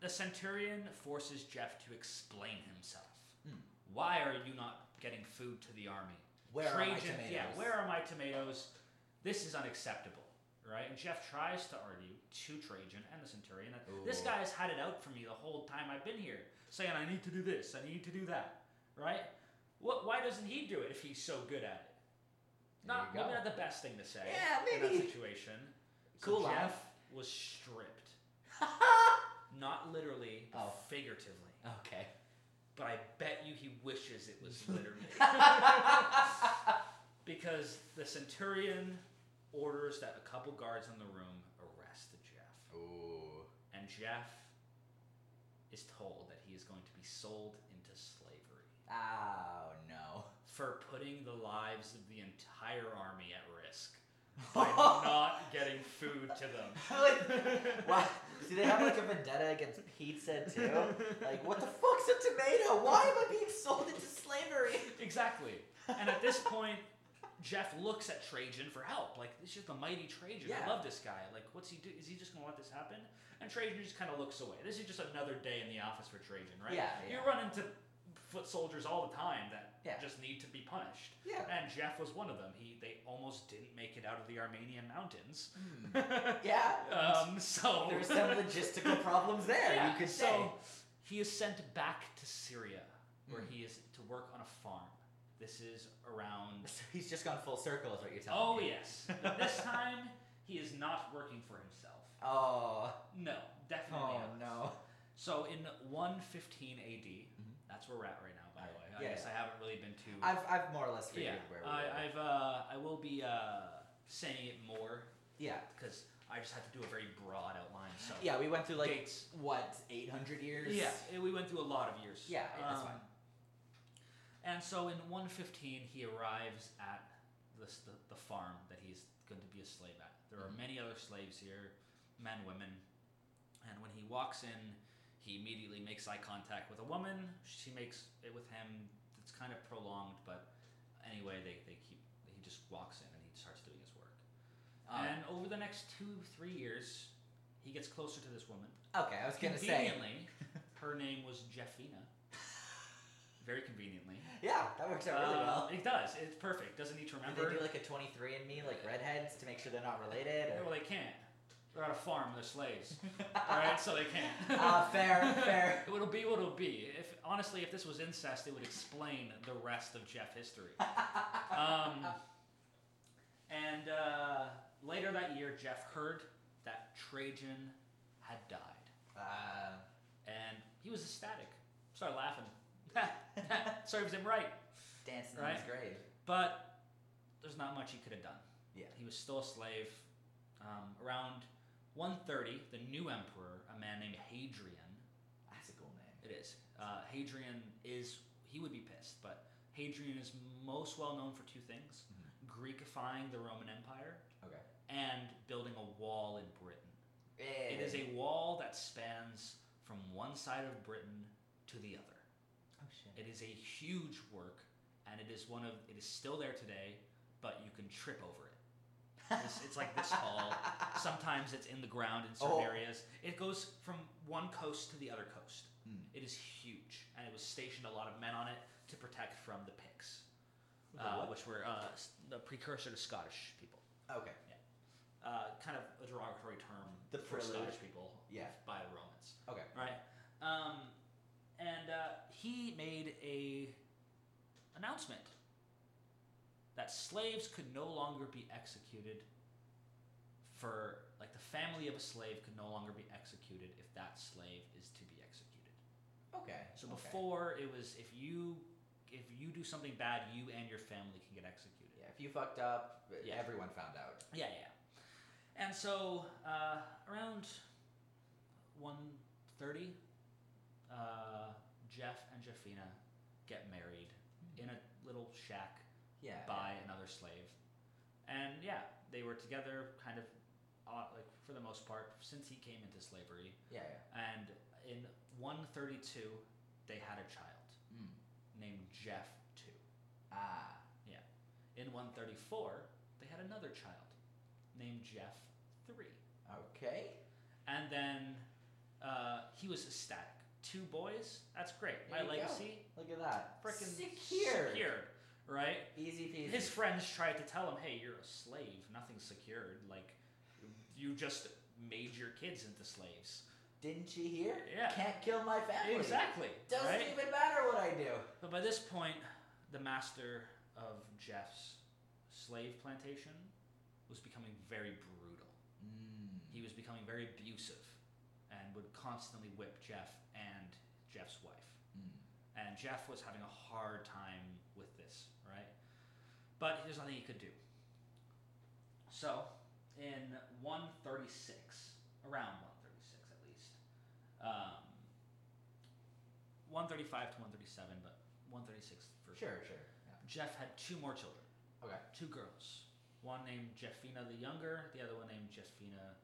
the centurion forces Jeff to explain himself. Hmm. Why are you not getting food to the army? Where are my Trajan- tomatoes? Yeah, where are my tomatoes? This is unacceptable, right? And Jeff tries to argue to Trajan and the Centurion that this Ooh. guy has had it out for me the whole time I've been here, saying I need to do this, I need to do that, right? What? Why doesn't he do it if he's so good at it? There Not you maybe go. not the best thing to say Yeah, in that maybe. situation. Cool so off. Jeff was <laughs> stripped, not literally, but Oh. figuratively. Okay. <laughs> But I bet you he wishes it <laughs> was literally. <laughs> Because the centurion orders that a couple guards in the room arrest Jeff. Ooh. And Jeff is told that he is going to be sold into slavery Oh no. for putting the lives of the entire army at risk <laughs> by not getting food to them. Like, <laughs> why? Do they have like a vendetta against pizza too? <laughs> Like, what the fuck's a tomato? Why am I being sold into slavery? Exactly. And at this point, Jeff looks at Trajan for help. Like, this is the mighty Trajan. I Yeah. love this guy. Like, what's he do? Is he just going to let this happen? And Trajan just kind of looks away. This is just another day in the office for Trajan, right? Yeah, You yeah. run into foot soldiers all the time that Yeah. just need to be punished. Yeah. And Jeff was one of them. He They almost didn't make it out of the Armenian <laughs> mountains. Hmm. Yeah. um, so. There's some logistical problems there. Yeah, you could so say. he is sent back to Syria, where Mm. he is to work on a farm. This is around. So he's just gone full circle, is what you're telling Oh me. yes, but this time he is not working for himself. Oh. No, definitely. Oh not. no. Mm-hmm. So in 115 AD, that's where we're at right now. By the way, I Yeah, guess yeah. I haven't really been too. I've I've more or less yeah, figured where we I, were. I've uh, I will be uh, saying it more yeah. because I just had to do a very broad outline. So Yeah. We went through like dates. what 800 years. Yeah, and we went through a lot of years. Yeah. That's Um, fine. And so in 115, he arrives at this, the, the farm that he's going to be a slave at. There are Mhm. many other slaves here, men, women. And when he walks in, he immediately makes eye contact with a woman. She makes it with him. It's kind of prolonged, but anyway, they, they keep. He just walks in and he starts doing his work. Um, and over the next two, three years, he gets closer to this woman. Okay, I was gonna say. Conveniently, her name was Jeffina. Very conveniently. <laughs> Yeah, that works out really Uh, well. It does. It's perfect. Doesn't need to Do remember. they do like a 23 and me, like redheads, to make sure they're not related? well, <laughs> Or... they can't. They're on a farm. They're slaves. All right, so they can't. <laughs> Ah, fair, <laughs> fair. It'll be what it'll be. If honestly, if this was incest, it would explain the rest of Jeff history. <laughs> Um, and uh, later that year, Jeff heard that Trajan had died, Uh, and he was ecstatic. Started laughing. <laughs> Serves him right. dancing in his Right. grave. But there's not much he could have done. Yeah. He was still a slave. Um, around 130, the new emperor, a man named Hadrian, That's a cool name. it is. Uh, Hadrian is, he would be pissed, but Hadrian is most well known for two things Greekifying the Roman Empire Mm-hmm. Okay. and building a wall in Britain. It is Eh. a wall that spans from one side of Britain to the other. Oh shit. It is a huge work, and it is one of it is still there today, but you can trip over it. It's, it's like this tall. Sometimes it's in the ground in certain Oh. areas. It goes from one coast to the other coast. Hmm. It is huge, and it was stationed a lot of men on it to protect from the Picts, The uh, what? which were uh, s- the precursor to Scottish people. Okay. Uh, kind of a derogatory term The for prelude. Scottish people Yeah. by the Romans Okay. right? Um, and uh, he made a announcement that slaves could no longer be executed for like the family of a slave could no longer be executed if that slave is to be executed. Okay. So okay. before it was if you if you do something bad, you and your family can get executed. Yeah, if you fucked up, Yeah. everyone found out. Yeah, yeah. And so uh, around 1.30, uh, Jeff and Jeffina get married in a little shack Yeah. by another slave. And yeah, they were together kind of uh, like for the most part since he came into slavery. Yeah. And in 132, they had a child yeah. Mm. named Jeff too. Ah. In 134, they had another child named Jeff 3. Okay. And then uh, he was ecstatic. Two boys? That's great. There My you go. legacy? Look at that. Freaking secure. secured, right? Easy peasy. His friends tried to tell him, hey, you're a slave. Nothing's secured. Like, you just made your kids into slaves. Didn't you hear? Yeah. Can't kill my family. Exactly. Doesn't right? even matter what I do. But by this point, the master of Jeff's slave plantation was becoming very brutal. Mm. He was becoming very abusive and would constantly whip Jeff and Jeff's wife. hmm. And Jeff was having a hard time with this, right? But there's nothing he could do. So, in 136, around 136 at least, um, 135 to 137, but 136 for Sure, sure. Yeah. Jeff had two more children. Okay. Two girls. One named Jeffina the younger, the other one named Jeffina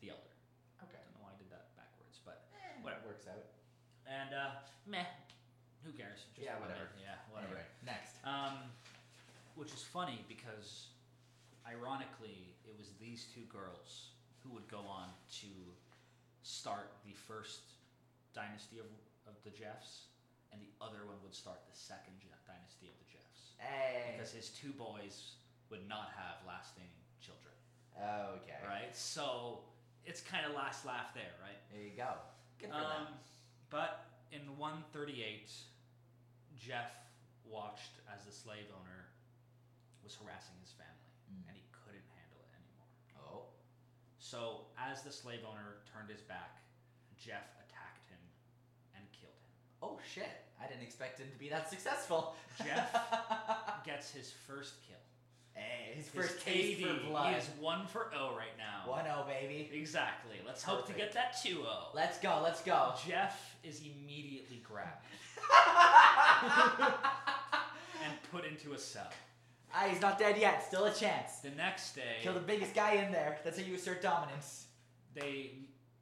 the elder. I Okay. don't know why I did that backwards, but Eh, Whatever. works out. and uh, meh, who cares? Just Yeah, women. whatever. Yeah, whatever. Anyway, next. Um, which is funny because, ironically, it was these two girls who would go on to start the first dynasty of, of the Jeffs, and the other one would start the second gen- dynasty of the Jeffs Hey. because his two boys would not have lasting children, okay. right? So it's kind of last laugh there, right? There you go. Good for Um, them. but in 138, Jeff watched as the slave owner was harassing his family, Mm. and he couldn't handle it anymore. Oh. So, as the slave owner turned his back, Jeff attacked him and killed <laughs> him. Oh shit. I didn't expect him to be that successful. <laughs> <laughs> Jeff gets his first kill. hey, Eh, his, His first taste KD, for blood. He is one for O right now. 1-0, baby. Exactly. Let's hope to get that 2 0. Let's go, let's go. Jeff is immediately <laughs> grabbed and put into a cell. ah, he's not dead yet. Still a chance. The next day, Kill the biggest guy in there. That's how you assert dominance. they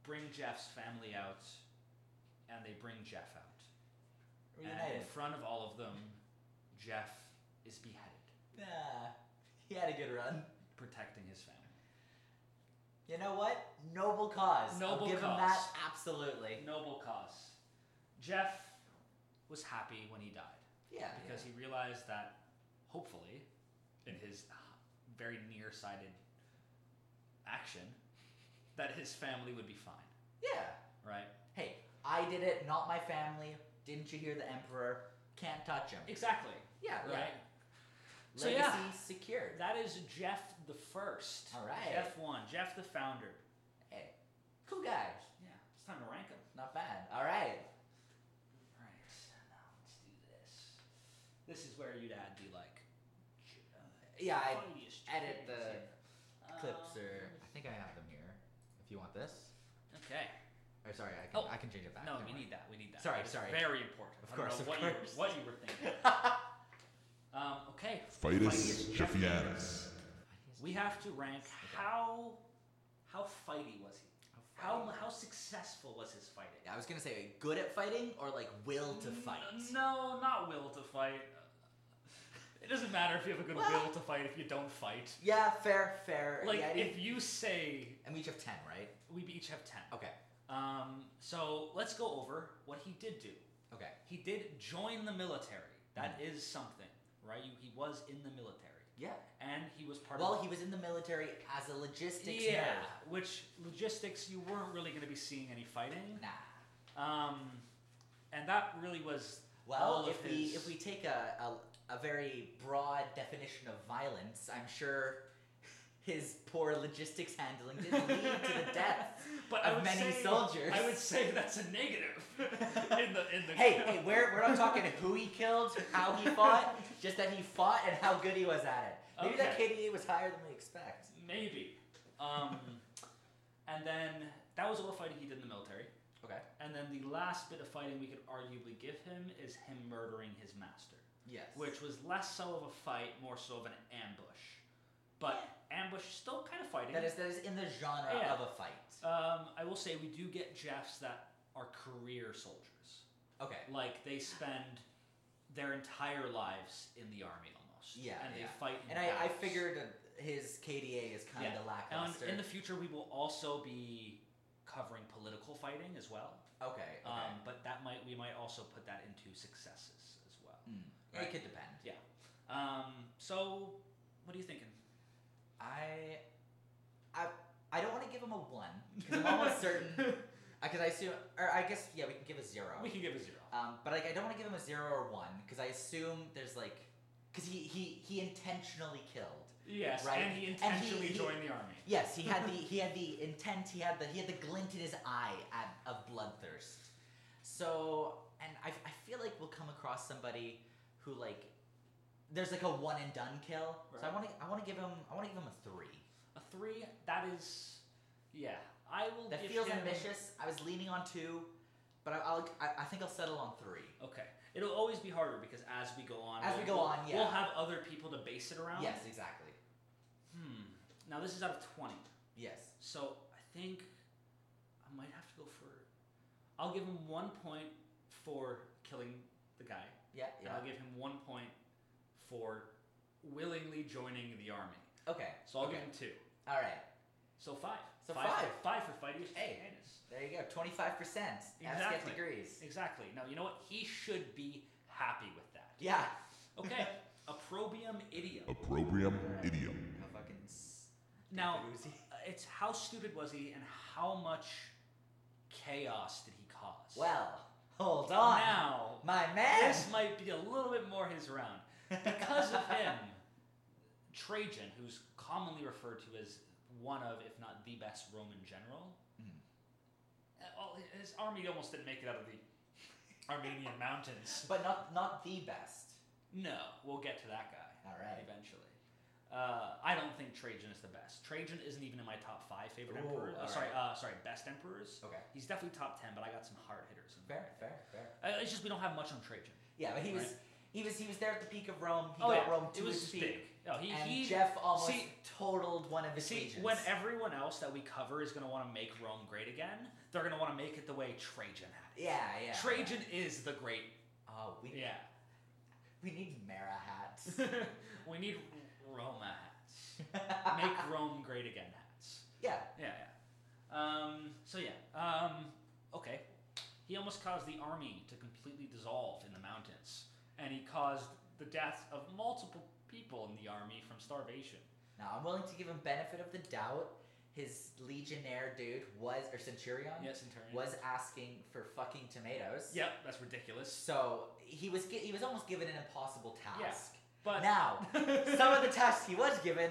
bring Jeff's family out and they bring Jeff out. And in Reunited. front of all of them, Jeff is beheaded, Nah, he had a good run. protecting his family. You know what? Noble cause. Noble I'll give him cause. that absolutely. Noble cause. Jeff was happy when he died. Yeah. because he realized that hopefully in his very nearsighted action that his family would be fine yeah. right Hey, I did it, not my family. Didn't you hear the emperor? Can't touch him. exactly Yeah, yeah. right So, Legacy yeah. secured. that is jeff the first All right. jeff one jeff the founder Hey, cool guy. yeah it's time to rank them Not bad. All all right. right now let's do this this is where you'd add the like j- uh, Yeah, I funniest edit jokes the in. clips Um, are. I think I have them here. If you want this, okay or sorry, I can Oh. I can change it back. No, Never we mind. need that. We need that. Sorry, It's sorry. Very important. Of I don't course, know of what course. You were, what you were <laughs> thinking. um, okay. Fidus Fidus Jeffianus. We have to rank how how fighty was he? How fighty. how successful was his fighting? I was gonna say good at fighting or like will to fight. N- No, not will to fight. It doesn't matter if you have a good Well- will to fight if you don't fight. Yeah, fair, fair. Like yeah, if you say and we each have ten, right? we each have ten. Okay, Um, so let's go over what he did do. okay. He did join the military. Hmm. That is something, right? You, he was in the military, Yeah. and he was part Well, of. he was in the military as a logistics yeah, nerd. which logistics you weren't really going to be seeing any fighting. Nah. Um, and that really was Well, all if of we his- if we take a, a a very broad definition of violence, I'm sure his poor logistics handling did lead to <laughs> the death. but I of would many say- soldiers. I would say that's a negative <laughs> in the in the. Hey, hey, we're, we're not <laughs> talking who he killed, how he fought, just that he fought and how good he was at it. Maybe that Okay. KDA was higher than we expect. Maybe. Um, and then that was all the fighting he did in the military. Okay. And then the last bit of fighting we could arguably give him is him murdering his master, Yes. which was less so of a fight, more so of an ambush. But ambush is still kind of fighting. that is that is in the genre Yeah. of a fight. Um, I will say we do get Jeffs that are career soldiers. Okay. Like they spend their entire lives in the army almost. Yeah, And yeah. they fight. in And I, I battles. figured that his KDA is kind Yeah. of And lackluster. in the future, we will also be covering political fighting as well. okay. Okay. Um, but that might we might also put that into successes as well. Mm. right. It could depend. Um, so what are you thinking? I, I, I don't want to give him a one because I'm <laughs> almost certain. Because I assume, or I guess, yeah, we can give a zero. we can give a zero. Um, but like, I don't want to give him a zero or one because I assume there's like, because he he he intentionally killed. Yes, Right. and he And he- intentionally he- joined the army. Yes, he had the he had the intent. He had the he had the glint in his eye at, of bloodthirst. So, and I I feel like we'll come across somebody who like, there's like a one and done kill. So I Right. want to I want to give him I want to give him a three. A three, that is, yeah. I will. That give feels him- ambitious. I was leaning on two, but I, I'll, I, I think I'll settle on three. Okay, it'll always be harder because as we go on, As we'll, we go we'll- on, yeah. we'll have other people to base it around. Yes, exactly. Hmm. Now this is out of twenty, Yes. so I think I might have to go for. I'll give him one point for killing the guy, Yeah. and Yeah. I'll give him one point for willingly joining the army. Okay. So I'll okay. give him two. All right. So five. So Five, five. five for fighting. Hey. There you go. Twenty-five percent. Exactly. degrees. Exactly. Now you know what? He should be happy with that. Yeah. Okay. <laughs> Opprobrium idiom. Opprobrium idiom. How fucking. s- Now, Dr. Uzi. uh, it's how stupid was he and how much chaos did he cause? Well, hold on. now, My man. this might be a little bit more his round. Because of him, Trajan, who's commonly referred to as one of, if not the best Roman general, Mhm. uh, all- his army almost didn't make it out of the Armenian mountains. <laughs> but not not the best. No, we'll get to that guy. All right. Eventually. Uh, I don't think Trajan is the best. Trajan isn't even in my top five favorite Ooh, emperors. Uh, all sorry, uh, sorry, best emperors. Okay. He's definitely top ten, but I got some hard hitters. In Fair. Fair. Fair. there. Uh, it's just we don't have much on Trajan. Yeah, but he was. He was, he was there at the peak of Rome. He oh got yeah, Rome to it was his just feet. big. No, he, and he Jeff almost see- totaled one of his see legions. when er everyone else that we cover is going to want to make Rome great again. They're going to want to make it the way Trajan had it. yeah, yeah. Trajan is the great. Oh, we <laughs> Yeah. <laughs> we need Mara hats. we need Roma <laughs> hats. make Rome great again hats. yeah. Yeah, yeah. Um, so yeah. Um, okay. He almost caused the army to completely dissolve in the mountains, and he caused the deaths of multiple people in the army from starvation. Now I'm willing to give him benefit of the doubt. His legionnaire dude was or centurion Yes, in turn. was asking for fucking tomatoes. Yep, that's ridiculous. So he was gi- he was almost given an impossible task. But <laughs> Now some of the tasks he was given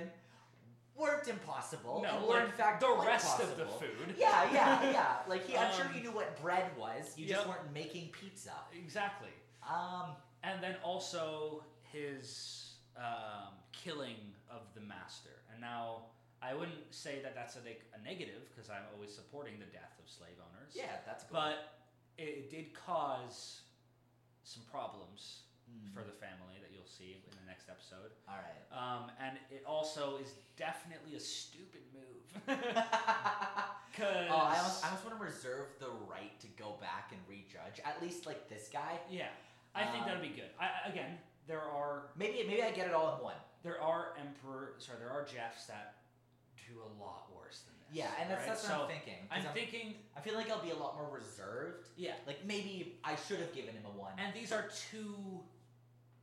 weren't impossible. no, and were in like, fact the quite rest of the possible. food. <laughs> Yeah, yeah, yeah. Like he, I'm sure Um, you knew what bread was. You yep. just weren't making pizza. <laughs> Exactly. Um, And then also his um, killing of the master. And now I wouldn't say that that's a, neg- a negative because I'm always supporting the death of slave owners. yeah, that's cool. But it, it did cause some problems Mm. for the family that you'll see in the next episode. all Um, and it also is definitely a stupid move. <laughs> right. <laughs> Cause Oh, I almost, I almost want to reserve the right to go back and rejudge. At least like this guy. yeah, I think Um, that'd be good. I, I- again, there are Maybe maybe I get it all in one. there are emperor sorry there are jeffs that do a lot worse than this Yeah, and that's, right? that's what so I'm thinking. 'cause I'm thinking I feel like I'll be a lot more reserved. yeah Like maybe I should have given him a one. and these are two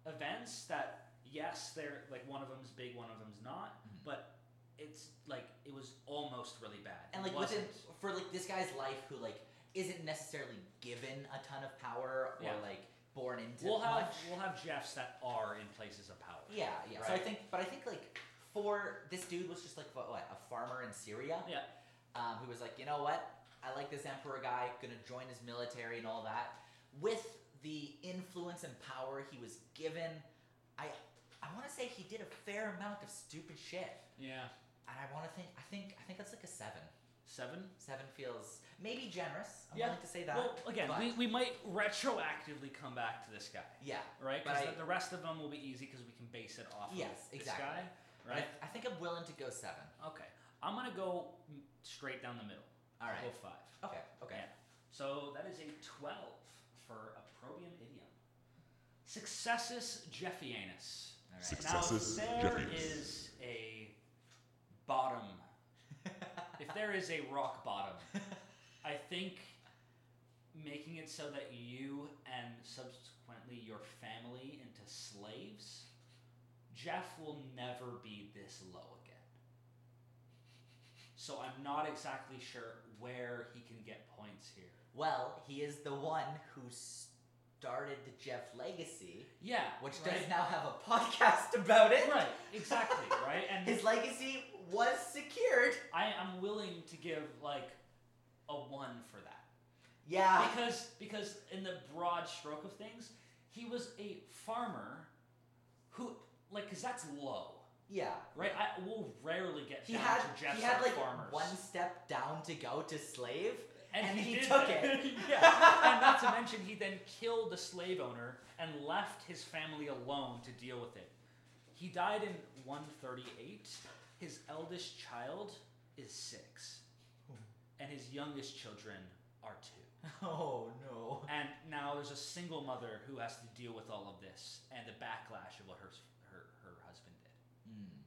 events that yes they're like one of them's big one of them's not Mhm. but it's like it was almost really bad And, It like within wasn't. for like this guy's life who like isn't necessarily given a ton of power or Yeah. like born into we'll have much. we'll have jeffs that are in places of power Yeah, yeah. So I Right. think, but I think like for this dude was just like what, what a farmer in Syria. Yeah. Um, who was like, you know what? I like this emperor guy. Gonna join his military and all that. With the influence and power he was given, I I want to say he did a fair amount of stupid shit. yeah And I want to think. I think. I think that's like a seven. Seven. Seven feels maybe generous. I'm Yeah. willing to say that. well, again, but- we, we might retroactively come back to this guy, yeah. right? But Because I- the, the rest of them will be easy because we can base it off Yes, of exactly. this guy, right? I, I think I'm willing to go seven. Okay, I'm gonna go m- straight down the middle. All I'll right. go five. Okay. Okay. Yeah. So that is a 12 for opprobrium idiom. Successus Jeffianus. All right. Six. Successus Successus now, if there Jeffianus. is a bottom, if there is a rock bottom, I think making it so that you and subsequently your family into slaves, Jeff will never be this low again. So I'm not exactly sure where he can get points here. Well, he is the one who started the Jeff legacy, Yeah, which right? does now have a <laughs> podcast about it. Right, exactly, right? <laughs> And His legacy was secured. I am willing to give like a one for that Yeah. because because in the broad stroke of things, he was a farmer who like because that's low, Yeah. right? I will rarely get He down had to Jeff's he had like farmers. one step down to go to slave. <laughs> and, and he did took that. <laughs> it. yeah, and not to mention he then killed a slave owner and left his family alone to deal with it. He died in 138. His eldest child is six, Hmm. and his youngest children are two. Oh no. And now there's a single mother who has to deal with all of this and the backlash of what her her, her husband did. Mm.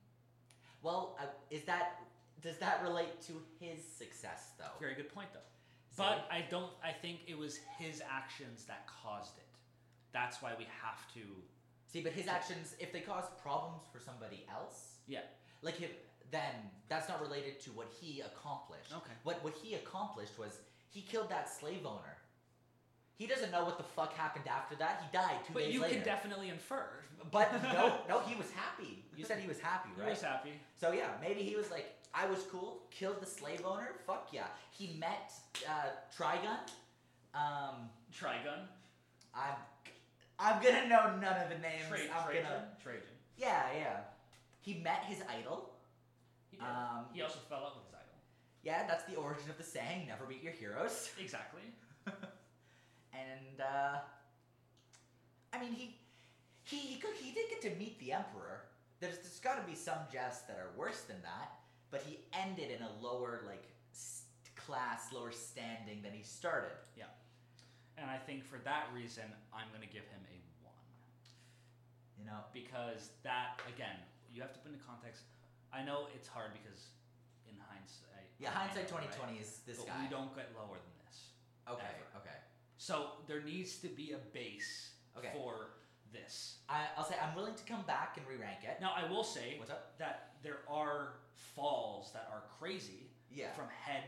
Well, I, is that does that relate to his success though? Very good point, though. See? But I don't. I think it was his actions that caused it. That's why we have to. See, but his actions if they cause problems for somebody else, Yeah. like him, then that's not related to what he accomplished. Okay. What what he accomplished was he killed that slave owner. He doesn't know what the fuck happened after that. He died two But days you later. can definitely infer. but <laughs> no, no, he was happy. You said he was happy, He right? was happy. So yeah, maybe he was like, I was cool, killed the slave owner. Fuck yeah. He met uh, Trigun. Um, Trigun. I'm, I'm gonna know none of the names. Tra- I'm Trajan. gonna, Trajan. yeah, yeah. He met his idol. He, did. Um, he also fell out with his idol. yeah, that's the origin of the saying: "Never meet your heroes." Exactly. And uh, I mean, he, he, he, could, he did get to meet the emperor. There's, there's got to be some jests that are worse than that, but he ended in a lower like s class, lower standing than he started. And I think for that reason, I'm gonna give him a one. You know, because that again you have to put into context i know it's hard because in hindsight yeah, I hindsight know, right? 2020 is this but guy. we don't get lower than this okay, ever. okay. so there needs to be a base Okay. for this I, I'll say I'm willing to come back and re-rank it. now i will say What's up? that there are falls that are crazy Yeah, from head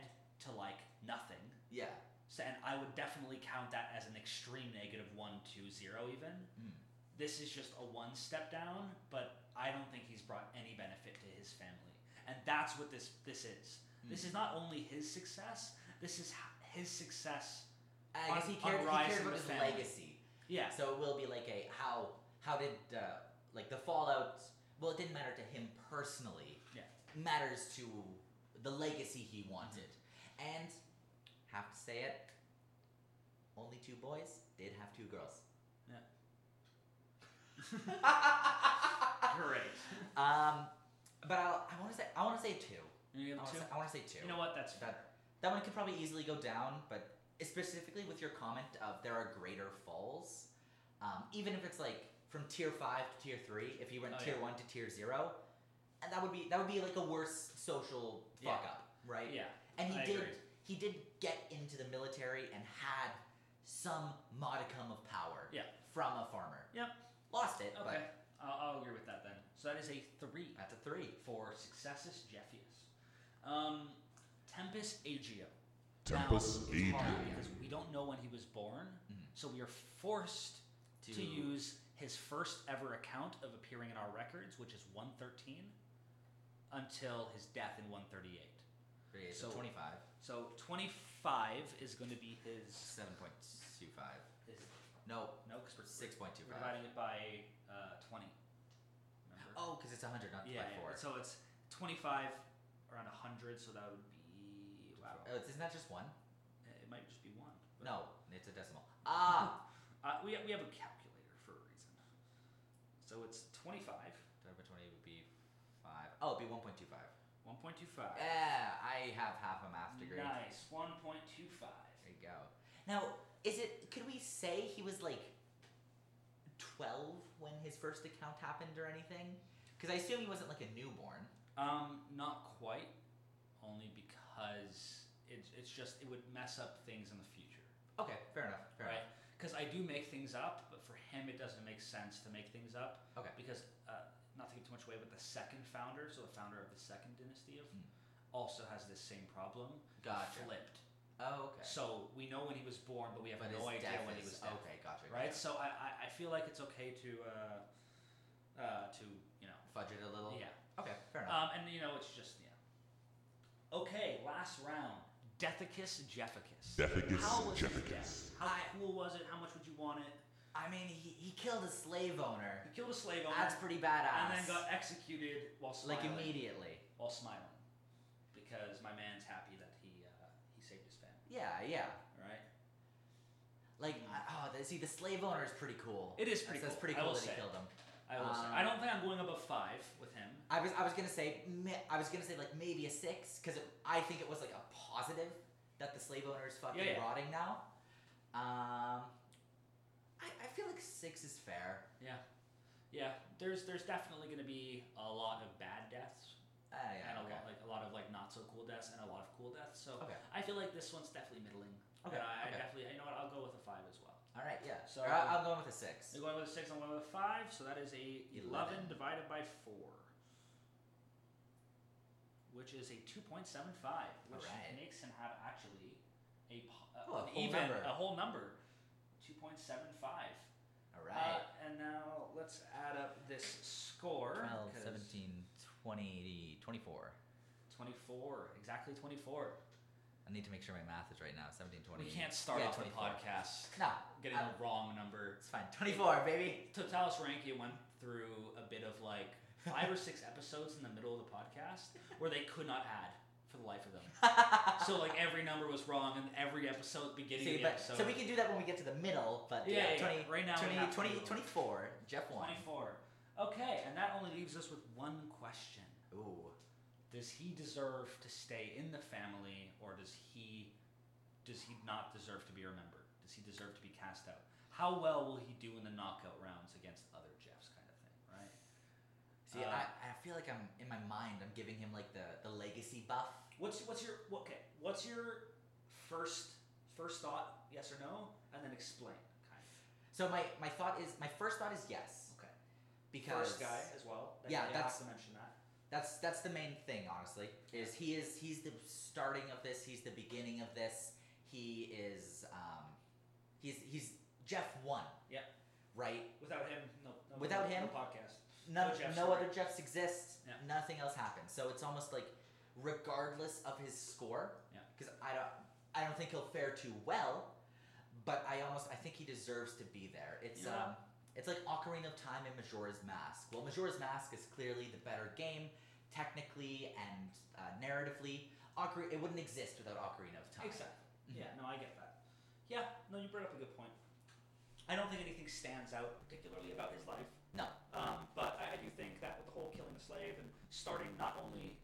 to like nothing yeah. so, and i would definitely count that as an extreme negative one two zero even Mm. this is just a one step down, but I don't think he's brought any benefit to his family. And that's what this this is. Hmm. This is not only his success, this is h- his success. I guess he On- on cared, he Rise cared in about the his family. legacy. Yeah. So it will be like a how how did uh, like the fallout? Well, it didn't matter to him personally. Yeah. Matters to the legacy he wanted, and have to say it. Only two boys did have two girls. Ah. Great. <laughs> um, but I'll, I want to say I want to say two. You, I give him want two? to say, I wanna say two. Oh, You know what? That's fair. That that one could probably easily go down, but specifically with your comment of there are greater falls, um, even if it's like from tier five to tier three, if you went Oh, tier yeah. one to tier zero, and that would be that would be like a worse social Yeah. fuck up, right? Yeah. And he I did agree. he did get into the military and had some modicum of power. Yeah. From a farmer. Yep. Lost it, Okay. but I'll, I'll agree with that then. So that is a three that's a three. for Successus Jeffius. Um, Tempus Agio. Tempus now, it's hard Agio. Because we don't know when he was born, Mhm. so we are forced To, to use his first ever account of appearing in our records, which is 113, until his death in 138. three, so- twenty five. So 25 is going to be his. Seven point two five. his No, no, because we're, six point two we're five. dividing it by uh, 20. Remember? Oh, because it's 100, not yeah, by yeah, 4. So it's 25 around 100, so that would be. Wow. Oh, it's- isn't that just one? It might just be one. but- No, it's a <laughs> decimal. Ah! Uh, we, we have a calculator for a reason. So it's 25, 20 by 20 would be 5. Oh, it'd be 1.25. 1.25. Yeah, I have Eh, half a math degree. Nice. 1.25. There you go. Now, is it? Could we say he was like twelve when his first account happened or anything? Because I assume he wasn't like a newborn. Um, not quite, only because it's it's just it would mess up things in the future, Okay, fair enough. Fair right? Because I do make things up, but for him it doesn't make sense to make things up. Okay. Because uh, not to give too much away, but the second founder, so the founder of the second dynasty of, Hmm. also has this same problem. enough. Gotcha. Flipped. Oh, okay. So we know when he was born, but we have but no his idea death when is, he was dead. Okay, gotcha. Right. gotcha. So I, I, I feel like it's okay to uh, uh, to you know Fudge it a little. yeah. Okay, fair enough. Um, and you know, it's just yeah. Okay, last round. Deathicus Jefficus. Deficus How was his Jefficus. death? How I- cool was it? How much would you want it? I mean, he, he killed a slave owner. He killed a slave owner That's pretty badass. and then got executed while smiling. like immediately. While smiling, because my man's happy that he uh, he saved his family. Yeah, yeah. All right. Like, I- oh, the, see, the slave owner is pretty cool. It is pretty cool, that's, That's pretty I cool will that say. he killed him. I will say. Um, I don't think I'm going above five with him. I was I was gonna say ma- I was gonna say like maybe a six because I think it was like a positive that the slave owner is fucking Yeah, yeah. rotting now. Um, I, I feel like six is fair. Yeah. There's there's definitely going to be a lot of bad deaths Uh, yeah, and a okay. lot like a lot of like not so cool deaths and a lot of cool deaths. So Okay. I feel like this one's definitely middling. Okay, And I, I okay. definitely you know what I'll go with a five as well. All right. Yeah. So- uh, So I, I'm going with a six. You're going with a six, I'm going with a five, so that is a eleven, Eleven. divided by four. Which is a two point seven five, which Alright. makes him have actually a, po- Oh, a an whole even number. a whole number, two point seven five. All right. Uh, and now let's add up this score. 12, 'cause 17, 20, 24. 24, exactly 24. I need to make sure my math is right now. 17, 20. We can't start yeah, Uh, off 24. the podcast No, getting I- the wrong number. it's fine. 24, baby. Totalis Rankia went through a bit of like five or six episodes in the middle of the podcast where they could not add for the life of <laughs> them. So like every number was wrong and every episode beginning See, of the but- episode. so we can do that when we get to the middle, but Yeah, yeah, 20, right now we 20, have to 20, do it. 24, Jeff won. 24. Okay, and that only leaves us with one question. Ooh. Does he deserve to stay in the family or does he does he not deserve to be remembered? Does he deserve to be cast out? How well will he do in the knockout rounds against other Jeffs kind of thing, right? See, Uh, I, I feel like I'm in my mind. I'm giving him like the, the legacy buff. What's what's your what- okay? What's your first first thought? Yes or no, and then explain. Kind of. So my, my thought is my first thought is yes Okay. because first guy as well. That, Yeah, you that's- have to mention that. that's that's the main thing honestly is he is he's the starting of this. He's the beginning of this. He is um, he's he's Jeff one. Yeah. Right. Without him, no. no Without no him? podcast. No, No Oh, Jeffs, no sorry. other Jeffs exist. Yeah. Nothing else happens. So it's almost like, regardless of his score, Yeah. because I don't, I don't think he'll fare too well, but I almost, I think he deserves to be there. It's Yeah. um, it's like Ocarina of Time and Majora's Mask. Well, Majora's Mask is clearly the better game, technically and uh, narratively. Ocar- it wouldn't exist without Ocarina of Time. Exactly. Mhm. Yeah. No, I get that. Yeah. No, you brought up a good point. I don't think anything stands out particularly about his life. No. Um, but I, I do think that with the whole killing the slave and starting not only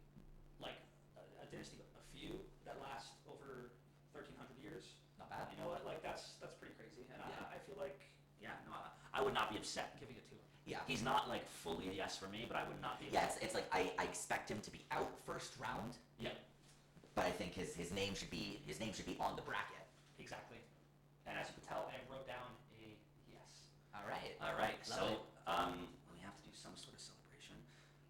like a, a dynasty, but a few that last over 1,300 years. Not bad. You know what? Like that's that's pretty crazy, and Yeah. I, I feel like yeah, no, I, I would not be upset giving it to him. Yeah. He's not like fully a yes for me, but I would not be. Yes, it's like I, I expect him to be out first round. Yeah. But I think his, his name should be his name should be on the bracket. Exactly. And as you can tell, I wrote down a yes. All right. All right. Love so um, we have to do some sort of celebration.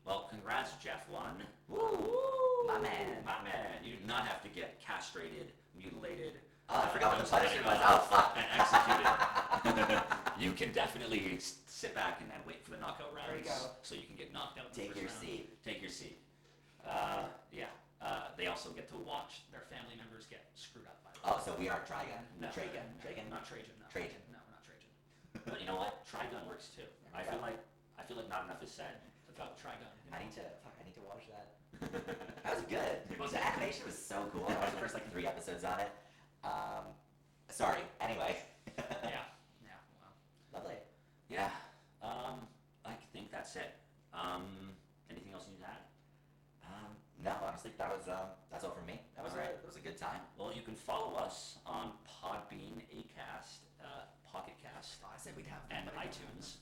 Well, congrats, Jeff. One. Woo! My man. My man. You did not have to get castrated, mutilated. Oh, I forgot what the punishment was. uh, Oh, fuck. And <laughs> executed. you can definitely s- sit back and, and wait for the knockout rounds. There you go. So you can get knocked out. in the Take first your round. seat. Take your seat. Uh, yeah. Uh, they also get to watch their family members get screwed up by. <laughs> the Oh, so we are Trigon. no, Tragon. Trajan, Tragon. not Trajan. No. Trajan. No, not Trajan. But you know what? Trigun works too. I feel like I feel like not enough is said about Trigun. you I know? need to fuck, I need to watch that. <laughs> That was good. The animation was so cool. I watched the first like three episodes on it. Um, sorry. Anyway. <laughs> yeah. Yeah. Well. Lovely. Yeah. Um, I think that's it. Um, anything else you need to add? Um, no, honestly, that was um, that's all from me. That was Alright. a, that was a good time. Well, you can follow us on Podbean, Acast, uh, Pocketcast, I said we'd have and fun. iTunes.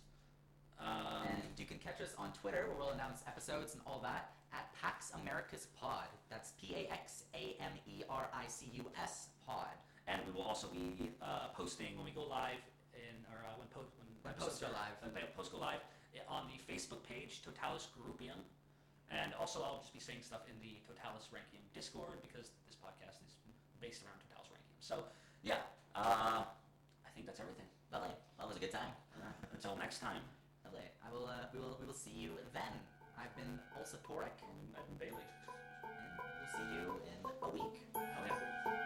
Um, And you can catch us on Twitter where we'll announce episodes and all that at PAX Americas Pod. That's P A X A M E R I C U S Pod. and we will also be uh, posting when we go live in or uh, when, po- when, When episodes posts go are- live. when they post go live uh, on the Facebook page Totalis Groupium, and also I'll just be saying stuff in the Totalis Rankium Discord because this podcast is based around Totalis Rankium. So yeah, uh, I think that's everything. Lovely. Well, it was a good time. Until next time, Lovely. I will. Uh, we will. We will see you then. I've been Ulsa Porek, I've been Bailey. and we'll see you in a week. Oh yeah.